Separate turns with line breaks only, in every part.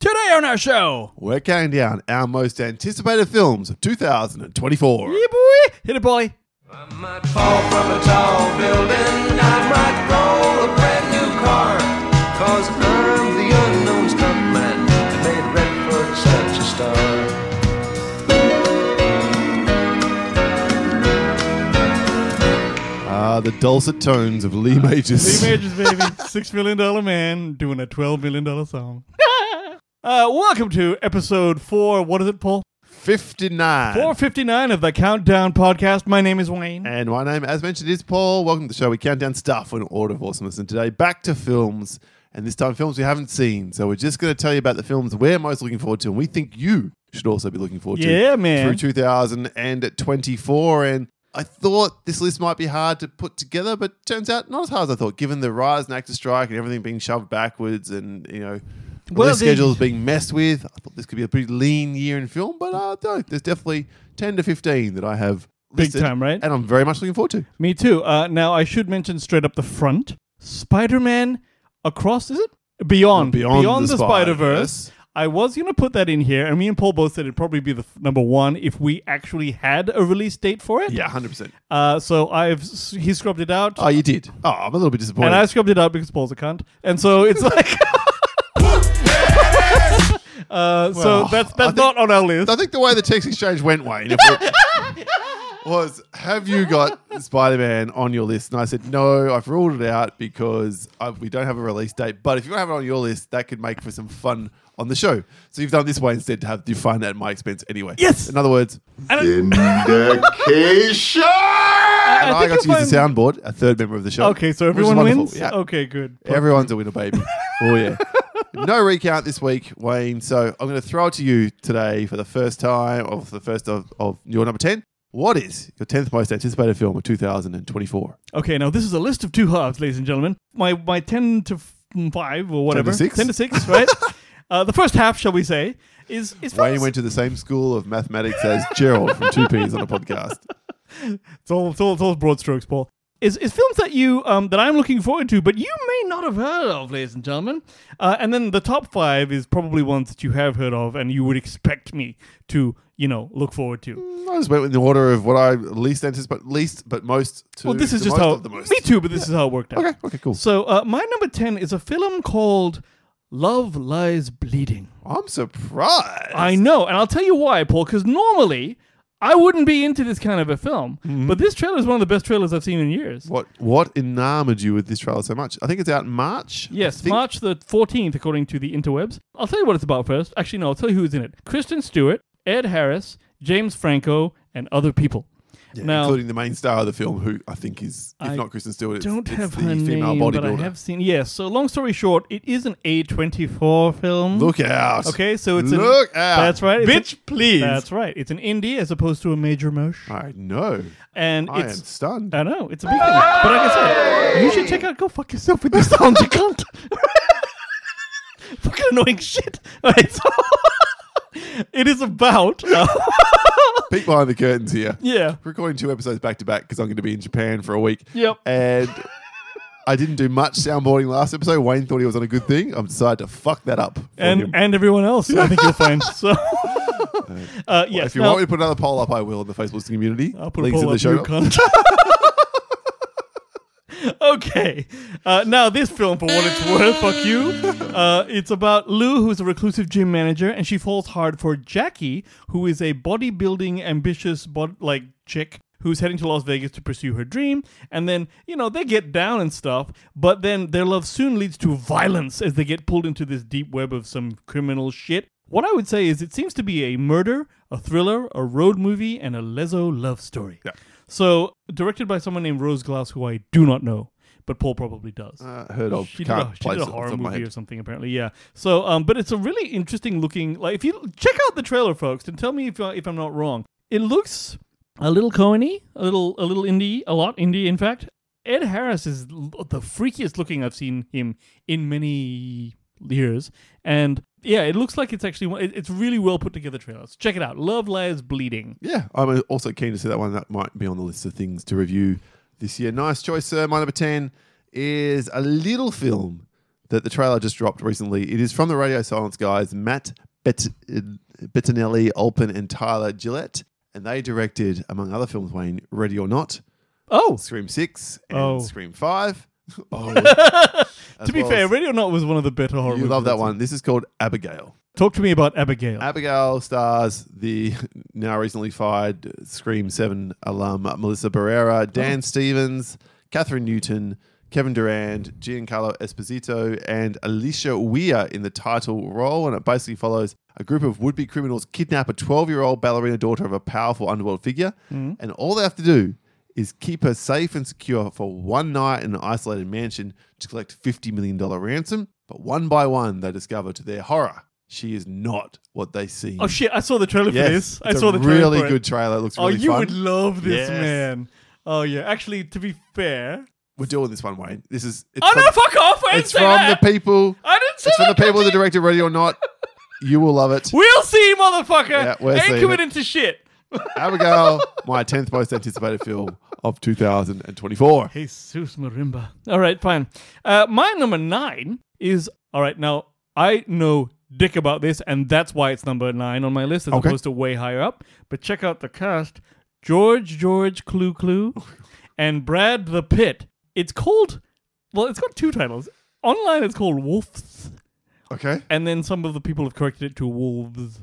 today on our show.
We're counting down our most anticipated films of 2024.
Yeah, boy. Hit it, Polly.
I might fall from a tall building. I might roll a brand new car. Cause I'm the unknown stuntman that made Redford such a star.
Ah, the dulcet tones of Lee Majors.
Lee Majors, baby. Six million dollar man doing a twelve million dollar song. Uh, welcome to episode four. What is it, Paul?
59.
Four fifty nine of the Countdown Podcast. My name is Wayne.
And my name, as mentioned, is Paul. Welcome to the show. We count down stuff in order of awesomeness. And today, back to films. And this time, films we haven't seen. So we're just going to tell you about the films we're most looking forward to and we think you should also be looking forward to.
Yeah, man.
Through 2024. And I thought this list might be hard to put together, but turns out not as hard as I thought, given the rise in actor strike and everything being shoved backwards and, you know,
Well,
release
the-
schedules being messed with. I thought this could be a pretty lean year in film, but uh, no, there's definitely 10 to 15 that I have
Big
listed,
time, right?
And I'm very much looking forward to.
Me too. Uh, now I should mention straight up the front. Spider Man across is it beyond
Beyond
the,
the
Spider Verse.
Spider-Verse.
I was gonna put that in here, and me and Paul both said it'd probably be the f- number one if we actually had a release date for it.
Yeah, 100%.
Uh, so I've s- he scrubbed it out.
Oh, you did. Oh, I'm a little bit disappointed.
And I scrubbed it out because Paul's a cunt. And so it's like. Uh, so
Well,
that's
I
that's
think-
not on our list.
I think the way the text exchange went, Wayne, if it- was Have you got Spider Man on your list? And I said, No, I've ruled it out because I, we don't have a release date. But if you have it on your list, that could make for some fun on the show. So you've done this way instead to have the fun at my expense anyway.
Yes.
In other words,
Indication!
and I,
think
got to
you'll
use the
find-
soundboard, a third member of the show.
Okay, so
which is
everyone
wonderful.
wins.
Yeah.
Okay, good.
Everyone's a winner, baby. oh yeah. No recount this week, Wayne. So I'm going to throw it to you today for the first time, or for the first of, of your number ten. What is your tenth most anticipated film of 2024?
Okay, now this is a list of two halves, ladies and gentlemen. My my ten to f- five or whatever,
six?
ten to six, right? uh, the first half, shall we say, is is
Wayne
films-
went to the same school of mathematics as Gerald from Two P's on a podcast.
It's all, it's all, it's all broad strokes, Paul. Is, is films that you um, that I'm looking forward to, but you may not have heard of, ladies and gentlemen. Uh, and then the top five is probably ones that you have heard of, and you would expect me to, you know, look forward to.
I just went in the order of what I least anticipate, least but most. To
Well, this is
the
just
most
how
of the most.
me too, but this is how it worked out.
Okay, okay, cool.
So uh, my number ten is a film called Love Lies Bleeding.
I'm surprised.
I know, and I'll tell you why, Paul. Because normally I wouldn't be into this kind of a film, but this trailer is one of the best trailers I've seen in years.
What what enamored you with this trailer so much? I think it's out in March. I
Yes,
think.
March the 14th, according to the interwebs. I'll tell you what it's about first. Actually, no, I'll tell you who's in it Kristen Stewart, Ed Harris, James Franco, and other people. now,
including the main star of the film, who I think is, if
I
not Kristen Stewart, it's,
don't
it's
have
the
her
female
name, but I
bodybuilder.
have seen. Yes, so long story short, it is an A24 film.
Look out!
Okay, so it's an-
look out.
That's right.
bitch.
it's a-
please.
That's right. It's an indie as opposed to a major mosh.
I know.
And
I am
it's
stunned.
I know it's a big thing, but like I said, you should check out. Go fuck yourself with your sounds, you cunt. Fucking annoying shit. All right, so it is about uh,
Peek behind the curtains here.
yeah.
Recording two episodes back to back because I'm going to be in Japan for a week.
Yep.
And I didn't do much soundboarding last episode. Wayne thought he was on a good thing. I've decided to fuck that up. for
And
him.
and everyone else, I think you'll find. So, uh, yes.
if you
now-
want me to put another poll up, I will in the Facebook community.
I'll put
Links
a poll
in the
up,
show.
you
notes.
cunt. okay. Uh, now, this film, for what it's worth, fuck you. Uh, it's about Lou, who's a reclusive gym manager, and she falls hard for Jackie, who is a bodybuilding, ambitious, bod- like, chick who's heading to Las Vegas to pursue her dream. And then, you know, they get down and stuff, but then their love soon leads to violence as they get pulled into this deep web of some criminal shit. What I would say is it seems to be a murder, a thriller, a road movie, and a lezo love story. So, directed by someone named Rose Glass, who I do not know, but Paul probably does.
Uh, heard of.
she did,
Can't
a, she
place
did a
it off the top
horror
of my
movie
head.
or something, apparently. Yeah. So, um, but it's a really interesting looking. Like, if you check out the trailer, folks, and tell me if I- if I'm not wrong. It looks a little Cohen-y, a little a little indie, a lot indie, in fact. Ed Harris is l- the freakiest looking I've seen him in many years, and yeah, it looks like it's actually one- it- it's really well put together trailers. Check it out. Love Lies Bleeding.
Yeah, I'm uh, also keen to see that one. That might be on the list of things to review this year. Nice choice, sir. My number 10 is a little film that the trailer just dropped recently. It is from the Radio Silence guys, Matt Bet- Bettinelli, Alpen, and Tyler Gillette. And they directed, among other films, Wayne, Ready or Not,
Oh,
Scream 6, and
Oh.
Scream 5. Oh,
to be fair, Ready or Not was one of the better horror
you
movies.
love that one. This is called Abigail.
Talk to me about Abigail.
Abigail stars the now recently fired Scream 7 alum Melissa Barrera, Dan Stevens, Catherine Newton, Kevin Durand, Giancarlo Esposito, and Alicia Weir in the title role. And it basically follows a group of would be criminals kidnap a 12 year old ballerina daughter of a powerful underworld figure. Mm-hmm. And all they have to do is keep her safe and secure for one night in an isolated mansion to collect $50 million ransom. But one by one, they discover to their horror, she is not what they seem.
oh shit! I saw the trailer for this.
Yes,
I
it's
saw
a
the trailer
really
for it.
good trailer. It looks
Oh,
really
you
fun.
would love this,
Yes.
man. Oh yeah. Actually, to be fair.
We're doing this one, Wayne. This is. It's
Oh
from,
no! Fuck off! I didn't
It's
say
from
that.
the people.
I didn't say
It's from
that.
the people that
Cookie.
directed Ready or Not. You will love it.
We'll see, motherfucker.
Yeah, we're
Ain't
seeing
committing to shit.
Abigail, my tenth most anticipated film of 2024.
Jesus Marimba. All right, fine. Uh, my number nine is all right. Now I know dick about this, and that's why it's number nine on my list as
Okay.
opposed to way higher up. But check out the cast: George, George, Clue, Clue, and Brad the Pit. It's called. Well, it's got two titles. Online, it's called Wolves,
Okay.
and then some of the people have corrected it to Wolves,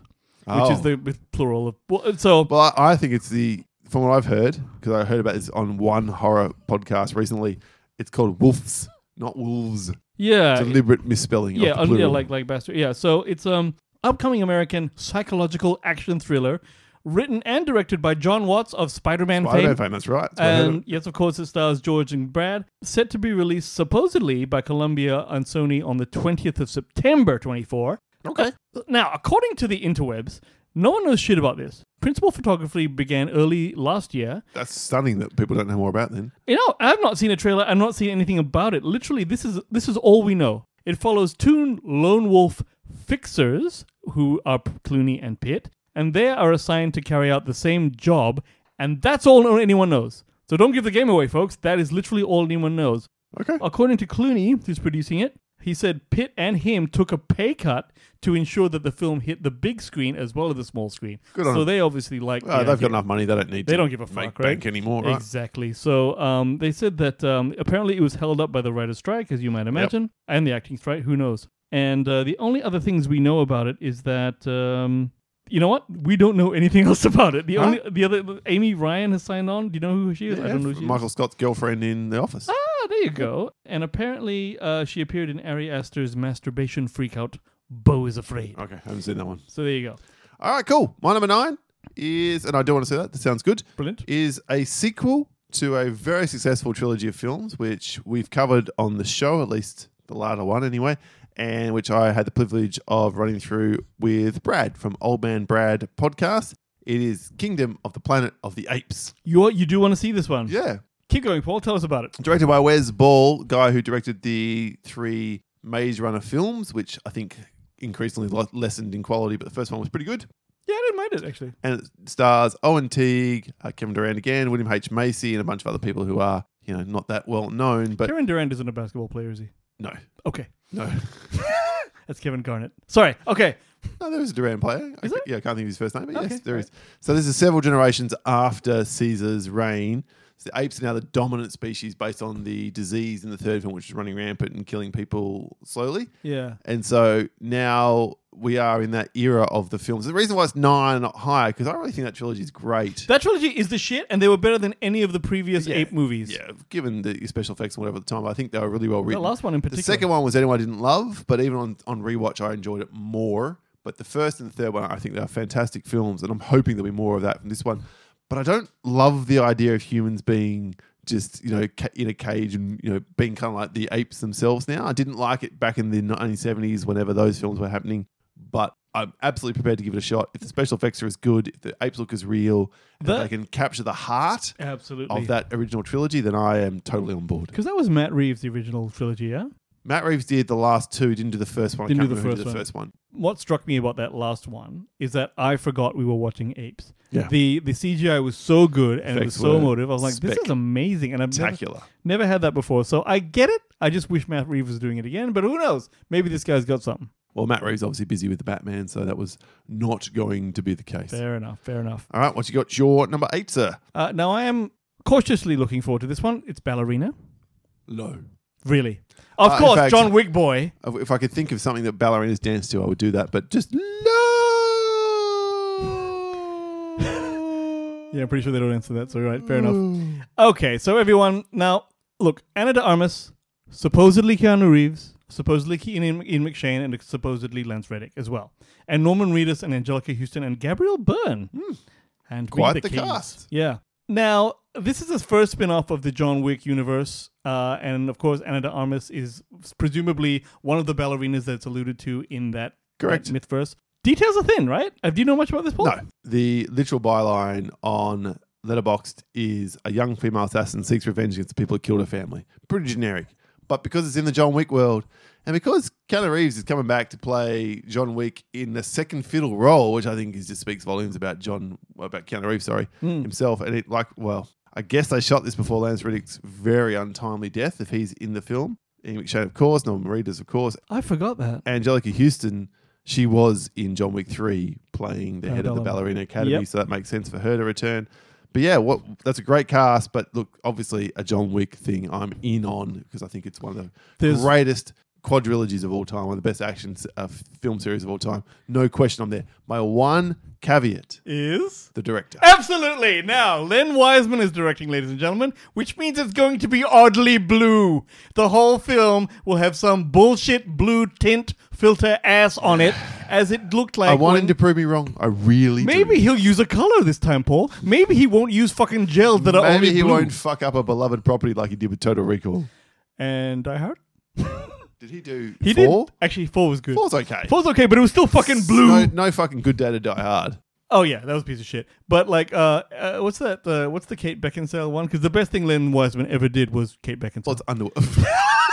Oh.
which is the with plural of. wo- So
Well, I I think it's the from what I've heard because I heard about this on one horror podcast recently. It's called Wolves, not Wolves.
yeah,
Deliberate misspelling.
Uh, yeah,
of the
un- yeah,
plural.
like like bastard. Yeah, so it's um upcoming American psychological action thriller, written and directed by John Watts of Spider-Man
I don't know
fame.
if that's right. That's what I heard
And yes, of course, it stars George and Brad. Set to be released supposedly by Columbia and Sony on the 20th of September 24.
of. okay.
Now, according to the interwebs, no one knows shit about this. Principal photography began early last year,
That's stunning that people don't know more about then.
you know, I've not seen a trailer. I've not seen anything about it. Literally, this is this is all we know. It follows two lone wolf fixers who are P- Clooney and Pitt, and they are assigned to carry out the same job, and that's all no- anyone knows. So don't give the game away, folks. That is literally all anyone knows.
Okay. Uh,
According to Clooney, who's producing it, he said Pitt and him took a pay cut to ensure that the film hit the big screen as well as the small screen.
Good on
so
them.
they obviously like.
Oh,
the
they've
idea.
got enough money. They don't need.
They
to
don't give a
make
fuck, right?
Bank anymore, right?
Exactly. So um, they said that um, apparently it was held up by the writer's strike, as you might imagine, and the acting strike. Who knows? And uh, the only other things we know about it is that um, you know what? We don't know anything else about it. The
Huh?
only the other Amy Ryan has signed on. Do you know who she is? I don't know. Who she is.
Michael Scott's girlfriend in The Office.
Ah, there you go. And apparently uh, she appeared in Ari Aster's masturbation freakout. Bo is afraid.
Okay, haven't seen that one.
So there you go.
All right, cool. My number nine is, and I do want to say that. That sounds good.
Brilliant.
Is a sequel to a very successful trilogy of films, which we've covered on the show, at least the latter one, anyway, and which I had the privilege of running through with Brad from Old Man Brad podcast. It is Kingdom of the Planet of the Apes.
You you do want to see this one?
Yeah,
Keep going, Paul. Tell us about it.
directed by Wes Ball, guy who directed the three Maze Runner films, which I think increasingly lo- lessened in quality, but the first one was pretty good.
Yeah, I didn't mind it actually.
And it stars Owen Teague, uh, Kevin Durant again, William H Macy, and a bunch of other people who are you know not that well known, but
Karen Durant isn't a basketball player, is he?
no,
Okay.
no,
That's Kevin Garnett. Sorry. Okay.
no, there is a Durant player. I
Is
ca-
there?
Yeah, I can't think of his first name, but
Okay,
yes, there
all
is. So this is several generations after Caesar's reign. So the apes are now the dominant species based on the disease in the third film, which is running rampant and killing people slowly.
Yeah.
And so now we are in that era of the films. The reason why it's nine, not higher, because I really think that trilogy is great.
That trilogy is the shit, and they were better than any of the previous
Yeah.
ape movies.
yeah, given the special effects and whatever at the time, I think they were really well
The
written.
last one in particular.
The second one was anyone I didn't love, but even on, on rewatch, I enjoyed it more. But the first and the third one, I think they are fantastic films, and I'm hoping there'll be more of that from this one. But I don't love the idea of humans being just you know ca- in a cage and you know being kind of like the apes themselves now. I didn't like it back in the 1970s whenever those films were happening, but I'm absolutely prepared to give it a shot if the special effects are as good, if the apes look as real, and if
The-
they can capture the heart
Absolutely.
of that original trilogy, then I am totally on board.
Because that was Matt Reeves' the original trilogy, yeah?
Matt Reeves did the last two. He didn't do the first one.
Didn't
I
do
can't
the
remember who
first
did the
one.
first one.
What struck me about that last one is that I forgot we were watching apes.
Yeah.
The the CGI was so good and it was
Effects
so
were
emotive. I was like, this
spec-
is amazing, and I've never,
Spectacular.
never had that before. So I get it. I just wish Matt Reeves was doing it again, but who knows? Maybe this guy's got something.
Well, Matt Reeves obviously busy with the Batman, so that was not going to be the case.
Fair enough. Fair enough.
All right, what you got? Your number eight, sir.
Uh, now I am cautiously looking forward to this one. It's Ballerina.
Low.
Really. Of
Uh, in
course,
fact-
John Wick boy.
If I could think of something that ballerinas dance to, I would do that. But just low.
Yeah, I'm pretty sure they don't answer that. So, right, fair
Mm.
enough. Okay, so everyone, now look, Anna de Armas, supposedly Keanu Reeves, supposedly Ian, Ian McShane, and supposedly Lance Reddick as well, and Norman Reedus and Angelica Houston and Gabrielle Byrne, and we
Hmm. Quite
the,
the
Kings.
cast.
Yeah. Now this is his first spin-off of the John Wick universe, uh, and of course, Anna de Armas is presumably one of the ballerinas that's alluded to in that
Correct.
that mythverse. Details are thin, right? Uh, Do you know much about this? Paul?
No. The literal byline on Letterboxd is a young female assassin seeks revenge against the people who killed her family. Pretty generic. But because it's in the John Wick world, and because Keanu Reeves is coming back to play John Wick in the second fiddle role, which I think is just speaks volumes about John about Keanu Reeves, sorry, himself. And it like, well, I guess they shot this before Lance Reddick's very untimely death, if he's in the film. Ian McShane, of course, Norman Reedus, of course,
I forgot that.
Angelica Houston, she was in John Wick three playing the head of the
Ballerina.
Ballerina Academy,
Yep.
so that makes sense for her to return. But yeah, what that's a great cast. But look, obviously a John Wick thing I'm in on because I think it's one of the
There's-
greatest quadrilogies of all time, one of the best action s- uh, film series of all time. No question, I'm there. My one caveat:
Is
the director.
Absolutely. Now, Len Wiseman is directing, ladies and gentlemen, which means it's going to be oddly blue. The whole film will have some bullshit blue tint filter ass on it, as it looked like.
I want him
when-
to prove me wrong. I really do.
Maybe he'll use a color this time, Paul. Maybe he won't use fucking gels that are
Maybe
only
he
blue.
won't fuck up a beloved property like he did with Total Recall.
And Die Hard.
Did he do
He
four?
did. Actually, four was good.
Four's okay.
Four's okay, but it was still fucking blue.
No, no fucking good day to die hard.
Oh yeah, that was a piece of shit. But like, uh, uh what's that? Uh, what's the Kate Beckinsale one? Because the best thing Len Wiseman ever did was Kate Beckinsale.
Well, it's under.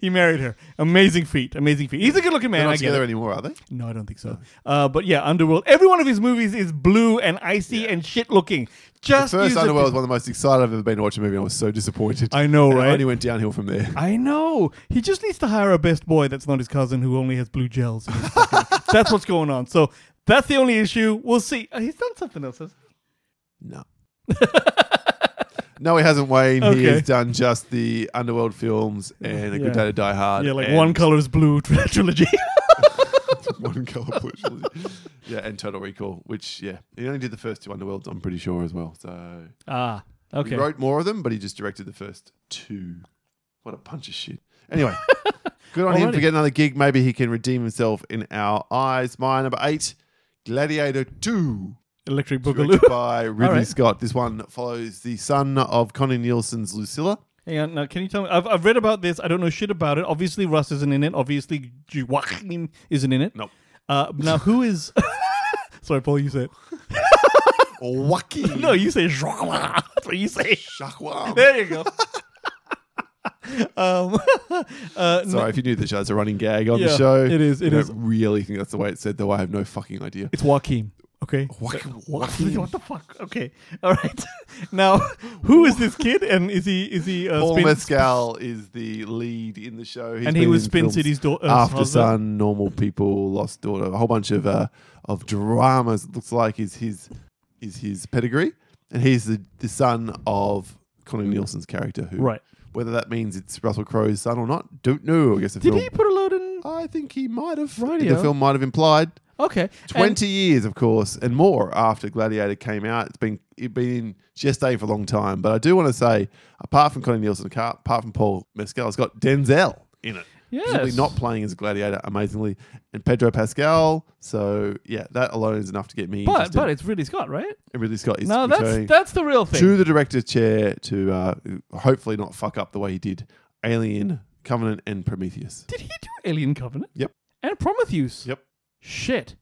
He married her. Amazing feat. Amazing feat. He's a good looking man.
They're
I
not
get
together
it.
anymore, are they?
No, I don't think so. Uh, but yeah, Underworld. Every one of his movies is blue and icy and shit looking. Just use
First
a-
Underworld was one of the most excited I've ever been to watch a movie. I was so disappointed.
I know,
And
right?
It only went downhill from there.
I know. He just needs to hire a best boy that's not his cousin who only has blue gels. in his fucking- that's what's going on. So that's the only issue. We'll see. Uh, he's done something else. hasn't he?
No. no, he hasn't, Wayne.
Okay.
He has done just the Underworld films and
Yeah.
A Good Day to Die Hard.
Yeah, like
and
one color is blue trilogy.
one color push. yeah, and Total Recall, which, yeah, he only did the first two Underworlds, I'm pretty sure, as well. So
ah,
he
okay.
wrote more of them, but he just directed the first two. What a punch of shit. Anyway, good on him
Alrighty.
for getting another gig. Maybe he can redeem himself in our eyes. My number eight, Gladiator 2.
Electric Boogaloo.
Directed by Ridley
Alright.
Scott. This one follows the son of Connie Nielsen's Lucilla.
Hang on, now can you tell me? I've, I've read about this. I don't know shit about it. Obviously, Russ isn't in it. Obviously, Joaquin isn't in it.
Nope.
Uh, now, who is? Sorry, Paul, you say it.
Wacky.
No, you say Joaquin. That's what you say.
Shakwam.
There you go. um, uh, no,
Sorry if you knew the show. It's a running gag on
Yeah,
the show.
it is,
I
it
don't
is.
really think that's the way it's said, though. I have no fucking idea.
it's Joaquin. Okay.
Joaquin-
Joaquin. What the fuck? Okay. All right. Now, who is this kid? And is he? Is he? Uh,
Paul
spin-
Mescal is the lead in the show. He's
And he
been
was
in
Spin
films
City's dau- uh,
After
husband.
Sun, Normal People, Lost Daughter, a whole bunch of uh, of dramas. It looks like is his is his pedigree, and he's the, the son of Connie Nielsen's character. Who,
Right.
Whether that means it's Russell Crowe's son or not, don't know. I guess the
Did
film.
he put a load in?
I think he might have.
Rightio.
The film might have implied.
Okay. And-
20 years, of course, and more after Gladiator came out. It's been it been in gestation for a long time. But I do want to say, apart from Connie Nielsen, ca- apart from Paul Mescal, it's got Denzel in it. Presumably
Yes.
not playing as Gladiator, amazingly. And Pedro Pascal. So, yeah, that alone is enough to get me
but
interested.
but it's Ridley Scott, right?
and Ridley Scott is
No, that's
returning
that's the real thing.
to the director's chair to uh, hopefully not fuck up the way he did Alien, Covenant, and Prometheus.
Did he do Alien Covenant?
Yep.
And Prometheus.
Yep.
Shit.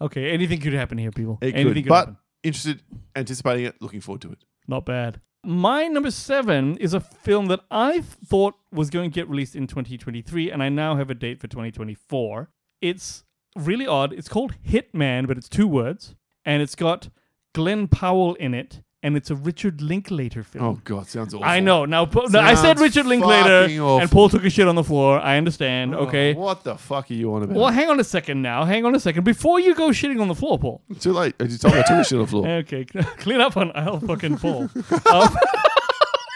Okay, anything could happen here, people.
It
anything
could, Eh, but
happen.
interested, anticipating it, looking forward to it.
Not bad. My number seven is a film that I thought was going to get released in 2023, and I now have a date for 2024. It's really odd. It's called Hitman, but it's two words. and it's got Glenn Powell in it, and it's a Richard Linklater film.
Oh god, sounds awful.
I know. Now, Po- now I said
Sounds
Richard Linklater,
fucking awful.
and Paul took a shit on the floor. I understand.
Oh,
okay.
what the fuck are you on about?
Well, hang on a second now. Hang on a second. Before you go shitting on the floor, Paul.
Too late. I just told you I took a shit on the floor.
Okay, clean up on aisle fucking Paul. Um,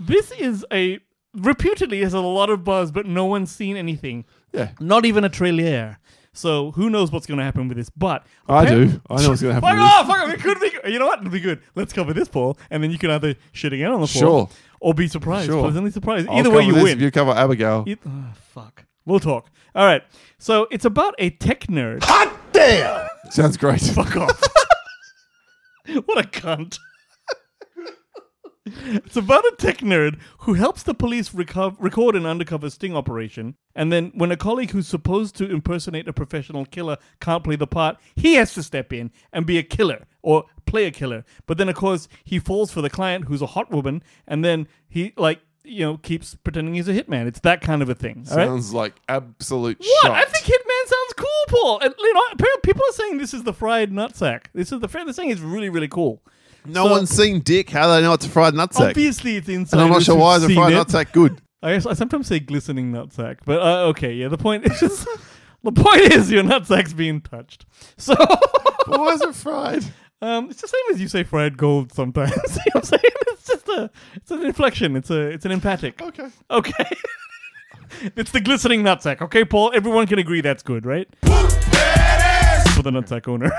this is a reputedly has a lot of buzz, but no one's seen anything.
Yeah.
Not even a trailer. So who knows what's going to happen with this? But
I
apparent-
do. I know what's gonna happen.
Fuck
with this.
off! Fuck off! It could be. You know what? It'll be good. Let's cover this, Paul, and then you can either shit again on the floor,
Sure.
or be surprised,
Sure.
pleasantly surprised.
I'll
Either way,
cover
you
this
win.
If you cover Abigail.
It- oh, fuck. We'll talk. All right. So it's about a tech nerd.
Sounds great. Fuck off.
what a cunt. it's about a tech nerd who helps the police reco- record an undercover sting operation, and then when a colleague who's supposed to impersonate a professional killer can't play the part, he has to step in and be a killer or play a killer. But then, of course, he falls for the client who's a hot woman, and then he, like, you know, keeps pretending he's a hitman. It's that kind of a thing. all right?
Sounds like absolute
What?
shite.
I think Hitman sounds cool, Paul. And, you know, apparently people are saying this is the fried nutsack. This is the fried. They're saying it's really, really cool.
no one's seen Dick. How do they know it's a fried nutsack?
Obviously, it's inside.
And I'm not sure why is a fried nutsack good.
I, guess I sometimes say glistening nutsack, but uh, okay, yeah. The point is just the point is your nutsack's being touched. So
But why is it fried?
um, it's the same as you say fried gold sometimes. you know what I'm saying? It's just a it's an inflection. It's a it's an emphatic.
Okay.
Okay. it's the glistening nutsack. Okay, Paul. Everyone can agree that's good, right? For the nutsack owner.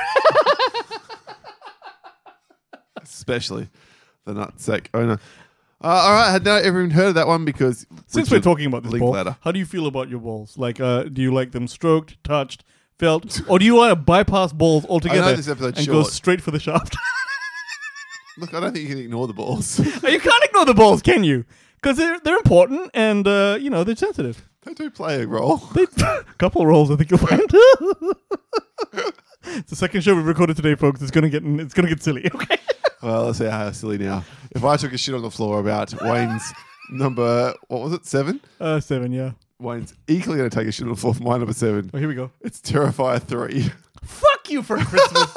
Especially the nutsack owner. Uh, all right, had not everyone heard of that one because
Since we're
Richard
talking about this, Paul,
Linklater.
how do you feel about your balls? Like, uh, do you like them stroked, touched, felt, or do you want to bypass balls altogether
this episode's
and go
short.
straight for the shaft?
Look, I don't think you can ignore the balls. they
you can't ignore the balls, can you? Because they're they're important and uh, you know they're sensitive.
do play a role.
They couple rolls, I think you'll find. it's the second show we recorded today, folks. It's gonna get it's gonna get silly. Okay.
Well, let's see how silly now. If I took a shit on the floor about Wayne's number, what was it, seven?
Uh, seven, yeah.
Wayne's equally going to take a shit on the floor for my number seven.
Oh, here we go.
It's Terrifier 3.
Fuck you for Christmas.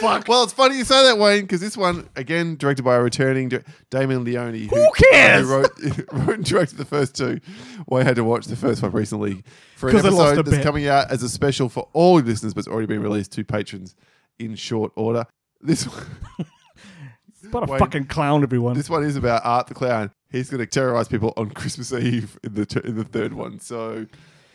Fuck. Well, it's funny you say that, Wayne, because this one, again, directed by a returning di- Damon Leone. Who,
cares?
Who wrote, wrote and directed the first two. Wayne had to watch the first one recently for an
'Cause I lost a
episode that's
bet.
coming out as a special for all listeners, but it's already been released to patrons in short order. This one.
what a
Wayne.
fucking clown, everyone.
This one is about Art the Clown. He's going to terrorize people on Christmas Eve in the in the third one. So,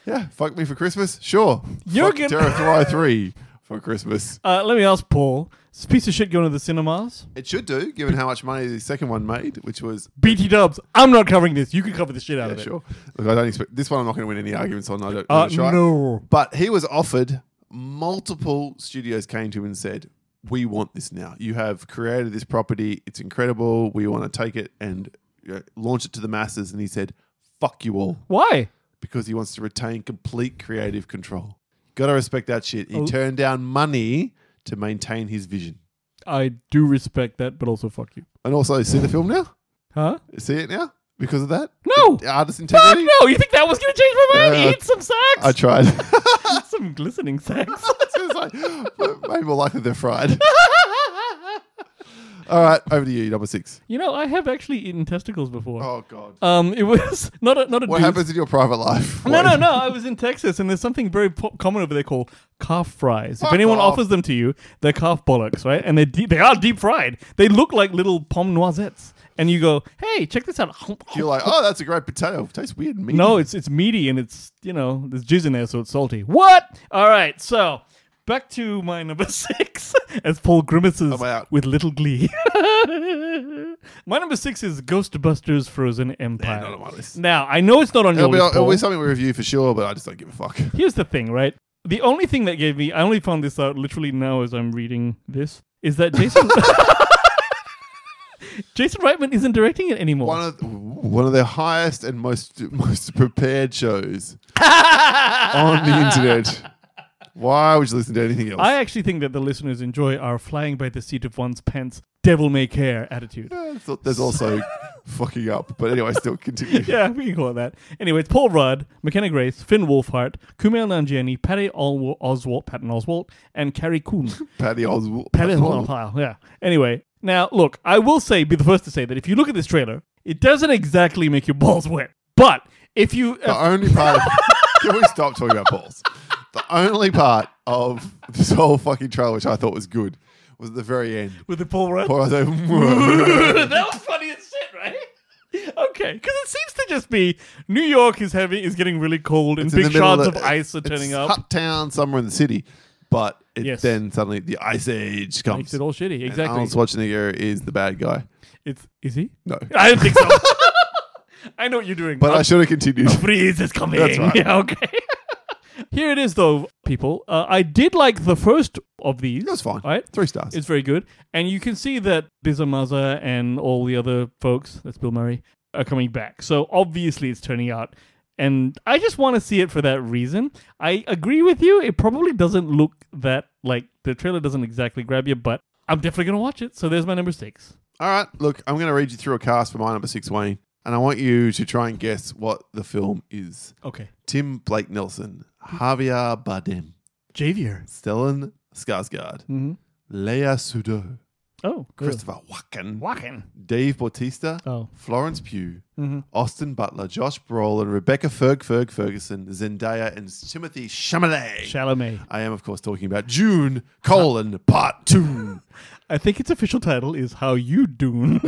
yeah, fuck me for Christmas, sure.
You're
fuck
gonna-
Terrify three for Christmas.
Uh, let me ask Paul. Is this piece of shit going to the cinemas?
It should do, given how much money the second one made, which was
BT Dubs, I'm not covering this. You can cover the shit out
yeah,
of it.
sure. Look, I don't expect this one. I'm not going to win any arguments on. I don't.
Uh,
I'm not sure.
no.
But he was offered. Multiple studios came to him and said, "We want this now. You have created this property. It's incredible. We want to take it and you know, launch it to the masses." And he said, "Fuck you all."
Why?
because he wants to retain complete creative control. Got to respect that shit. He
Oh.
turned down money to maintain his vision.
I do respect that, but also fuck you.
And also, see the film now?
Huh?
See it now? Because of that?
No.
The artist
Fuck
integrity?
no! You think that was gonna change my mind?
Yeah.
Eat some sex.
I tried.
some glistening sex.
it's like, maybe more likely they're fried. All right, over to you, number six.
you know, I have actually eaten testicles before.
Oh, God.
Um, it was not a not a.
what
dude's-
happens in your private life?
No, no,
Wayne?
no. I was in Texas, and there's something very po- common over there called calf fries. If
Fuck
anyone
off.
offers them to you, they're calf bollocks, right? And they deep, they are deep fried. They look like little pomme noisettes. And you go, hey, check this out.
You're like, oh, that's a great potato. tastes weird and meaty.
No, it's it's meaty and it's you know there's juice in there, so it's salty. What? All right, so back to my number six as Paul grimaces
I'm out.
with little glee. my number six is Ghostbusters: Frozen Empire.
not on my list.
Now I know it's not on
It'll
your
be,
list.
it'll
Paul.
be something we review for sure, but I just don't give a fuck.
Here's the thing, right? The only thing that gave me I only found this out literally now as I'm reading this is that Jason. Jason Reitman isn't directing it anymore.
One of one of their highest and most most prepared shows on the internet. Why would you listen to anything else?
I actually think that the listeners enjoy our flying by the seat of one's pants, devil may care attitude.
Yeah, so there's also fucking up. But anyway, still continue.
yeah, we can call it that. Anyway, it's Paul Rudd, McKenna Grace, Finn Wolfhard, Kumail Nanjiani, Patty Ol- Oswalt, Patton Oswalt, and Carrie Coon.
Patty Oswald.
Patty Oswalt, yeah. Anyway, now look, I will say, be the first to say that if you look at this trailer, it doesn't exactly make your balls wet. But if you, uh,
The only part. Of, can we stop talking about balls? The only part of this whole fucking trailer, which I thought was good, was at the very end.
with the Paul Rudd,
Where I was like,
that was funny as shit, right? Okay, because it seems to just be New York is heavy, is getting really cold, and
It's in
big
the middle
shards of,
the-
ice are
it's
turning up.
hot town somewhere in the city, but it
Yes.
then suddenly the ice age comes.
Makes it all shitty.
And
Exactly.
Arnold Schwarzenegger is the bad guy.
It's is he?
No,
I don't think so. I know what you're doing.
but
I'm
I should have continued.
freeze is coming.
That's right.
Yeah, okay. Here it is, though, people. Uh, I did like the first of these.
That's fine.
Right?
Three stars.
It's very good. And you can see that Bizamaza and all the other folks, that's Bill Murray, are coming back. So obviously it's turning out. And I just want to see it for that reason. I agree with you. It probably doesn't look that like the trailer doesn't exactly grab you, but I'm definitely going to watch it. So there's my number six.
All right, look, I'm going to read you through a cast for my number six, Wayne, and I want you to try and guess what the film is.
Okay.
Tim Blake Nelson, Javier Bardem,
Javier.
Stellan Skarsgård,
Mhm.
Lea Sudol,
Oh, good.
Christopher Walken,
Walken.
Dave Bautista,
Oh. Mm-hmm.
Florence Pugh, Austin Butler, Josh Brolin, Rebecca Ferg Ferg Ferguson, Zendaya, and Timothy Chalamet.
Chalamet.
I am, of course, talking about June colon part two.
I think its official title is How You Doon.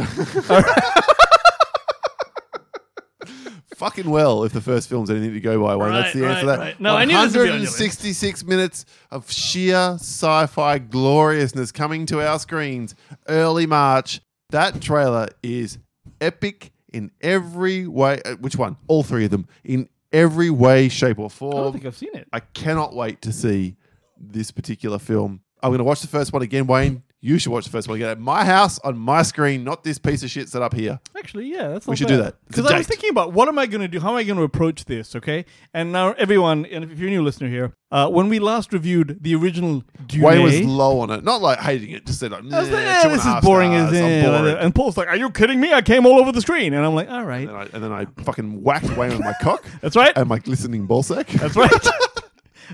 Fucking well, if the first film's anything to go by, Wayne. That's
Right,
the answer to
right,
that.
right. No, I knew this would be on your list.
166 minutes of sheer sci fi gloriousness coming to our screens early March. That trailer is epic in every way. uh, Which one? All three of them. In every way, shape, or form.
I don't think I've seen it.
I cannot wait to see this particular film. I'm going to watch the first one again, Wayne. You should watch the first one again at my house on my screen, not this piece of shit set up here.
Actually, yeah, that's
We should do that. It's a
Because I was
date.
thinking about what am I going to do? How am I going to approach this? Okay, and now everyone, and if you're a new listener here, uh, when we last reviewed the original Dune,
Wayne was low on it, not like hating it, just said like,
I was like,
"Nah,
eh,
two
this
and a
is
half
boring
stars,
as
I'm
eh,
boring."
and Paul's like, "Are you kidding me? I came all over the screen," and I'm like, "All right,
And I, and then I fucking whacked Wayne with my cock
that's right,
and my glistening ball sack.
that's right."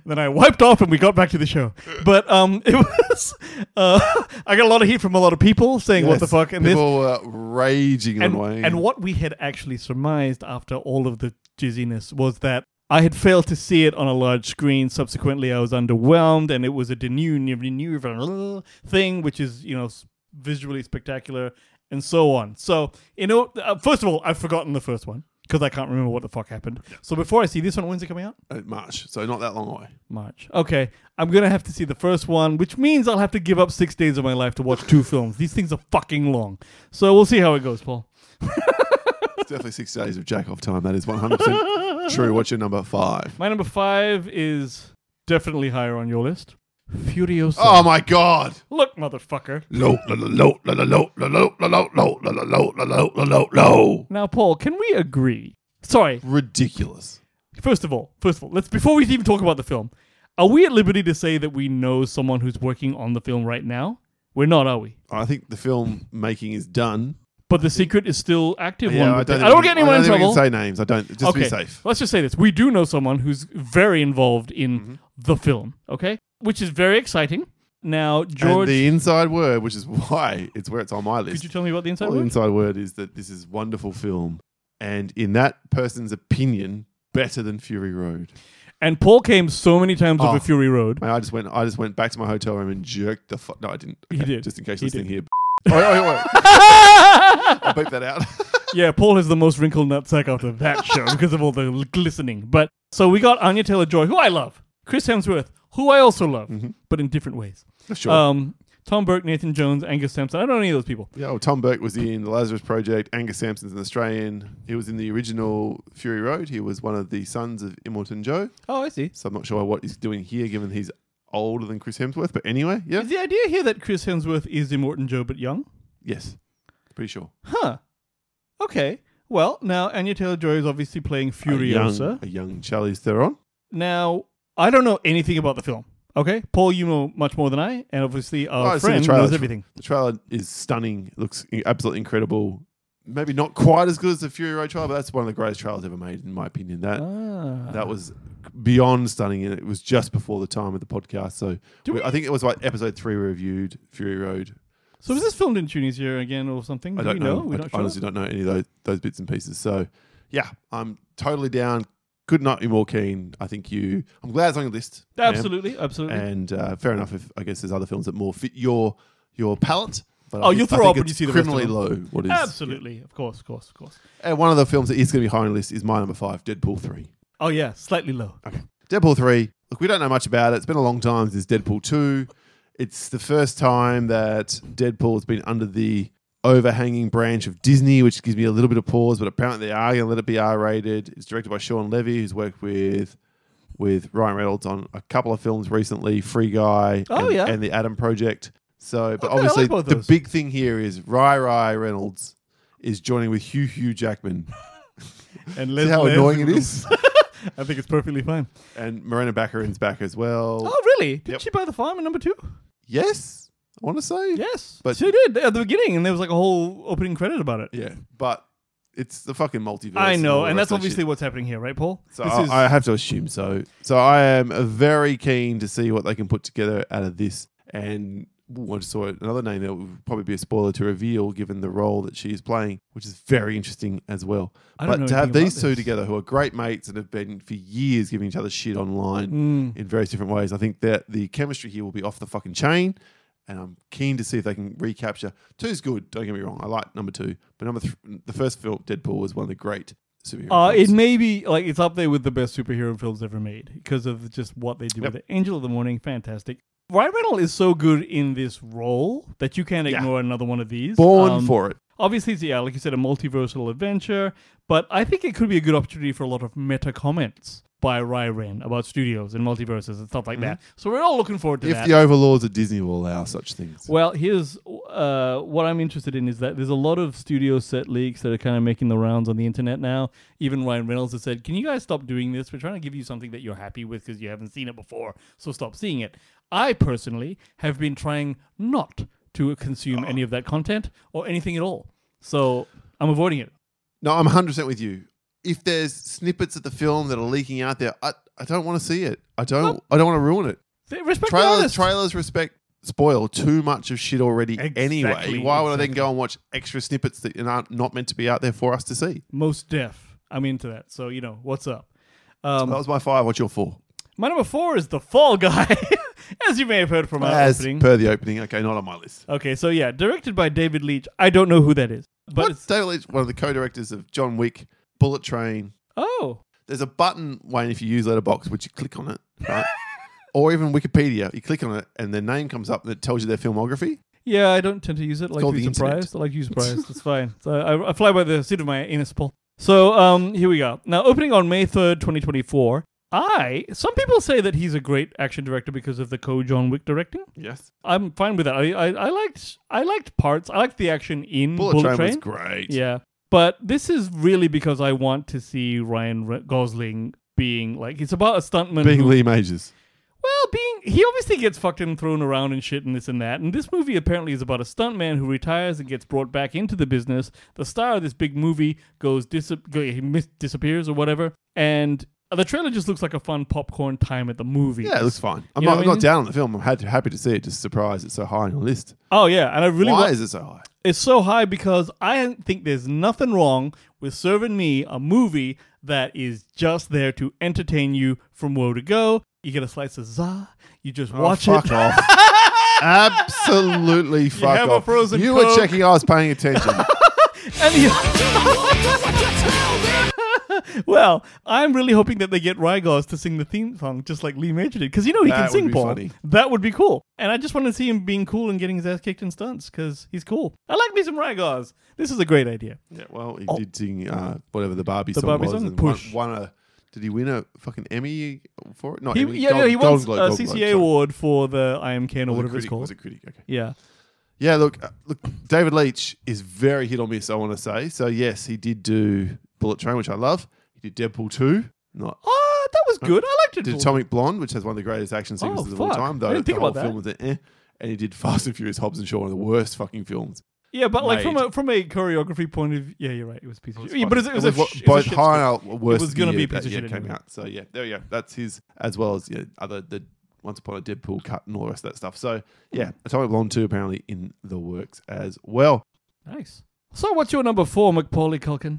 then I wiped off, and we got back to the show. But um, it was uh, I got a lot of heat from a lot of people saying, "What the
Yes.
fuck?" And this
People were raging
and,
on Wayne.
and what we had actually surmised after all of the jizziness was that I had failed to see it on a large screen. Subsequently, I was underwhelmed, and it was a new, new, new thing, which is you know s- visually spectacular and so on. So you know, uh, first of all, I've forgotten the first one because I can't remember what the fuck happened. So before I see this one, when's it coming out?
Uh, March, so not that long away.
March. Okay, I'm gonna have to see the first one, which means I'll have to give up six days of my life to watch two films. These things are fucking long. So we'll see how it goes, Paul.
It's definitely six days of jack off time. That is 100% true. What's your number five?
My number five is definitely higher on your list. Furiosa.
Oh my god!
Look, motherfucker.
low, low, low, low, low, low, low, low, low, low, low, low, low, low, low.
Now, Paul, can we agree? Sorry.
Ridiculous.
First of all, first of all, let's before we even talk about the film, are we at liberty to say that we know someone who's working on the film right now? We're not, are we?
I think the film making is done.
But the secret is still active. one would think.
think
I don't
we-
get anyone
I
in
don't think we
trouble.
can say names. I don't. Just
okay,
be safe.
let's just say this: we do know someone who's very involved in
Mm-hmm.
the film. Okay, which is very exciting. Now, George,
and the inside word, which is why it's where it's on my
could you
list.
tell me about the inside?
Well, the
word?
inside word is that this is wonderful film, and in that person's opinion, better than Fury Road.
And Paul came so many times
Oh.
over Fury Road.
Man, I just went. I just went back to my hotel room and jerked the fuck. No, I didn't.
He did.
Just in case
He
listening
did.
here. oh, oh, oh, I'll beep that out.
yeah, Paul has the most wrinkled nutsack after that show because of all the l- glistening. But so we got Anya Taylor Joy, who I love, Chris Hemsworth, who I also love, but in different ways.
Mm-hmm. sure.
Um, Tom Burke, Nathan Jones, Angus Sampson. I don't know any of those people.
Yeah, well, Tom Burke was in the Lazarus Project. Angus Sampson's an Australian. He was in the original Fury Road. He was one of the sons of Immortan Joe.
Oh, I see.
So I'm not sure what he's doing here, given he's older than Chris Hemsworth. But anyway, yeah,
Is the idea here that Chris Hemsworth is Immortan Joe but young?
yes, pretty sure.
Huh. Okay. Well, now Anya Taylor Joy is obviously playing Furiosa.
a young, a young Charlize Theron.
Now, I don't know anything about the film. Okay, Paul, you know much more than I, and obviously
Oh,
our
I've seen the
friend
trailer.
knows everything.
The trailer is stunning. It looks i- absolutely incredible. maybe not quite as good as the Fury Road trial, but that's one of the greatest trials ever made, in my opinion. That
Ah.
that was beyond stunning, and it was just before the time of the podcast. So we- I think it was like episode three we reviewed Fury Road.
So was this filmed in Tunisia again or something?
I
Do
don't
we
know.
know. We're
I
not sure.
honestly don't know any of those, those bits and pieces. So yeah, I'm totally down. Could not be more keen. I think you. I'm glad it's on your list. Ma'am.
Absolutely, absolutely.
And uh, fair enough. If I guess there's other films that more fit your your palate. But I
Oh,
think-
you'll
I
throw
think
up when
it's
you see the rest of
criminally low. What is
absolutely, of course, of course, of course.
And one of the films that is going to be high on the list is my number five, Deadpool 3.
Oh yeah, slightly low.
Deadpool 3, look, we don't know much about it. It's been a long time since Deadpool 2. It's the first time that Deadpool has been under the overhanging branch of Disney, which gives me a little bit of pause, but apparently they are going to let it be R rated. It's directed by Sean Levy, who's worked with. With Ryan Reynolds on a couple of films recently, Free Guy
Oh,
and,
yeah.
and The Adam Project. So,
Okay, I
but
like
obviously,
both
the
those.
big thing here is Rai Rai Reynolds is joining with Hugh Hugh Jackman.
And
See
Les-
how
Les-
annoying it is?
I think it's perfectly fine.
And Marina Baccarin's back as well.
Oh really? Did
Yep.
she buy the farm in number two?
Yes, I want to say.
Yes,
But-
she did at the beginning, and there was like a whole opening credit about it.
Yeah, but it's the fucking multiverse.
I know,
all the
and
rest
that's
of that
obviously
shit.
what's happening here, right, Paul?
So I, I have to assume so. So I am uh, very keen to see what they can put together out of this. And ooh, I just saw another name that would probably be a spoiler to reveal, given the role that she is playing, which is very interesting as well.
I don't
but
know
to have
anything about
these two
this.
together, who are great mates and have been for years giving each other shit online
Mm.
in various different ways, I think that the chemistry here will be off the fucking chain. And I'm keen to see if they can recapture. Two's good. Don't get me wrong. I like number two, but number th- the first film, Deadpool, was one of the great superhero.
Uh, it
films.
may be like it's up there with the best superhero films ever made because of just what they do
Yep.
with it. Angel of the Morning, fantastic. Ryan Reynolds is so good in this role that you can't
Yeah.
ignore another one of these.
born
Um,
for it.
Obviously, it's, yeah, like you said, a multiversal adventure, but I think it could be a good opportunity for a lot of meta comments by Ryren about studios and multiverses and stuff like that. So we're all looking forward to
Mm-hmm. If
that.
the overlords at Disney will allow such things.
Well, here's uh, what I'm interested in is that there's a lot of studio set leaks that are kind of making the rounds on the internet now. Even Ryan Reynolds has said, "Can you guys stop doing this? We're trying to give you something that you're happy with because you haven't seen it before, so stop seeing it." I personally have been trying not to consume any of that content or anything at all, so I'm avoiding it.
No, I'm 100% with you. If there's snippets of the film that are leaking out there, I, I don't want to see it. I don't I don't want to ruin it.
Th- Respect the
Trailers
artist.
trailers respect spoil too much of shit already
Exactly,
anyway. Why would I then go and watch extra snippets that aren't not meant to be out there for us to see?
Most deaf. I'm into that. So you know what's up. Um,
That was my five. What's your four?
my number four is the Fall Guy, as you may have heard from our
As
opening.
per the opening. Okay, not on my list.
Okay, so yeah, directed by David Leitch. I don't know who that is, but
But
it's
David Leitch, one of the co-directors of John Wick, Bullet Train,
oh,
there's a button Wayne if you use Letterbox, which you click on it, right? or even Wikipedia, you click on it and their name comes up and it tells you their filmography.
yeah. I don't tend to use it. I like
called
to be
the internet.
surprised. I like to be surprised. it's fine. So I, I fly by the seat of my anus, Paul. So um, here we go. Now opening on May third, twenty twenty four. I some people say that he's a great action director because of the co John Wick directing.
Yes,
I'm fine with that. I, I, I liked I liked parts. I liked the action in
Bullet,
Bullet,
Train, was great.
Yeah. But this is really because I want to see Ryan Re- Gosling being like it's about a stuntman
Being
who
Lee Majors,
Well, being he obviously gets fucked and thrown around and shit and this and that. And this movie apparently is about a stuntman who retires and gets brought back into the business. The star of this big movie goes dis- go, he mis- disappears or whatever, and the trailer just looks like a fun popcorn time at the movie.
yeah, it looks fine. I'm
You know
not,
what
I'm
I
not
mean?
down on the film. I'm had, happy to see it. Just surprised it's so high on the list.
Oh yeah, and I really
Why
wa-
is it so high?
it's so high because I think there's nothing wrong with serving me a movie that is just there to entertain you from woe to go. You get a slice of za, you just watch
Oh,
it.
fuck off. Absolutely fuck
have a
off.
frozen
you were
Coke.
checking. I was paying attention.
And he- well, I'm really hoping that they get Rygos to sing the theme song just like Lee Major did, because you know he
That
can
would
sing,
be
Paul.
funny.
That would be cool. And I just want to see him being cool and getting his ass kicked in stunts, because he's cool. I like me some Rygos. This is a great idea.
yeah, well, he did sing uh, whatever the Barbie
Oh, The
song
Barbie
was.
song,
and won-
Push.
Won, a. Did he win a fucking Emmy for it? Not
He,
Emmy.
yeah,
Gold-
no, he won
Golden Globe,
a
Golden Globe,
CCA
sorry.
award for the I Am Ken or
Was it
whatever it's
critic? Was
called.
it critic? Okay.
Yeah.
Yeah, look, uh, look, David Leach is very hit or miss. I want to say so. Yes, he did do Bullet Train, which I love. He did Deadpool two, not
Ah, that was good. I liked it.
did
Paul.
Atomic Blonde, which has one of the greatest action sequences of all
Oh, fuck.
time. Though
I didn't think
the whole
about
film was eh. And he did Fast and Furious Hobbs and Shaw, one of the worst fucking films.
Yeah, but like from
made.
a from a choreography point of view, yeah, you're right. It was a piece of shit. Yeah, but it was, it was, a
what-
sh- it was
both
a shit
high
script.
and out worse.
It was
of the
gonna be
year
a piece
that
of
year
shit
came
anyway.
out. So yeah, there we go. That's his as well as yeah, other the Once Upon a Deadpool cut and all the rest of that stuff. So yeah, Atomic Blonde two apparently in the works as well.
Nice. So what's your number four, McPauli Culkin?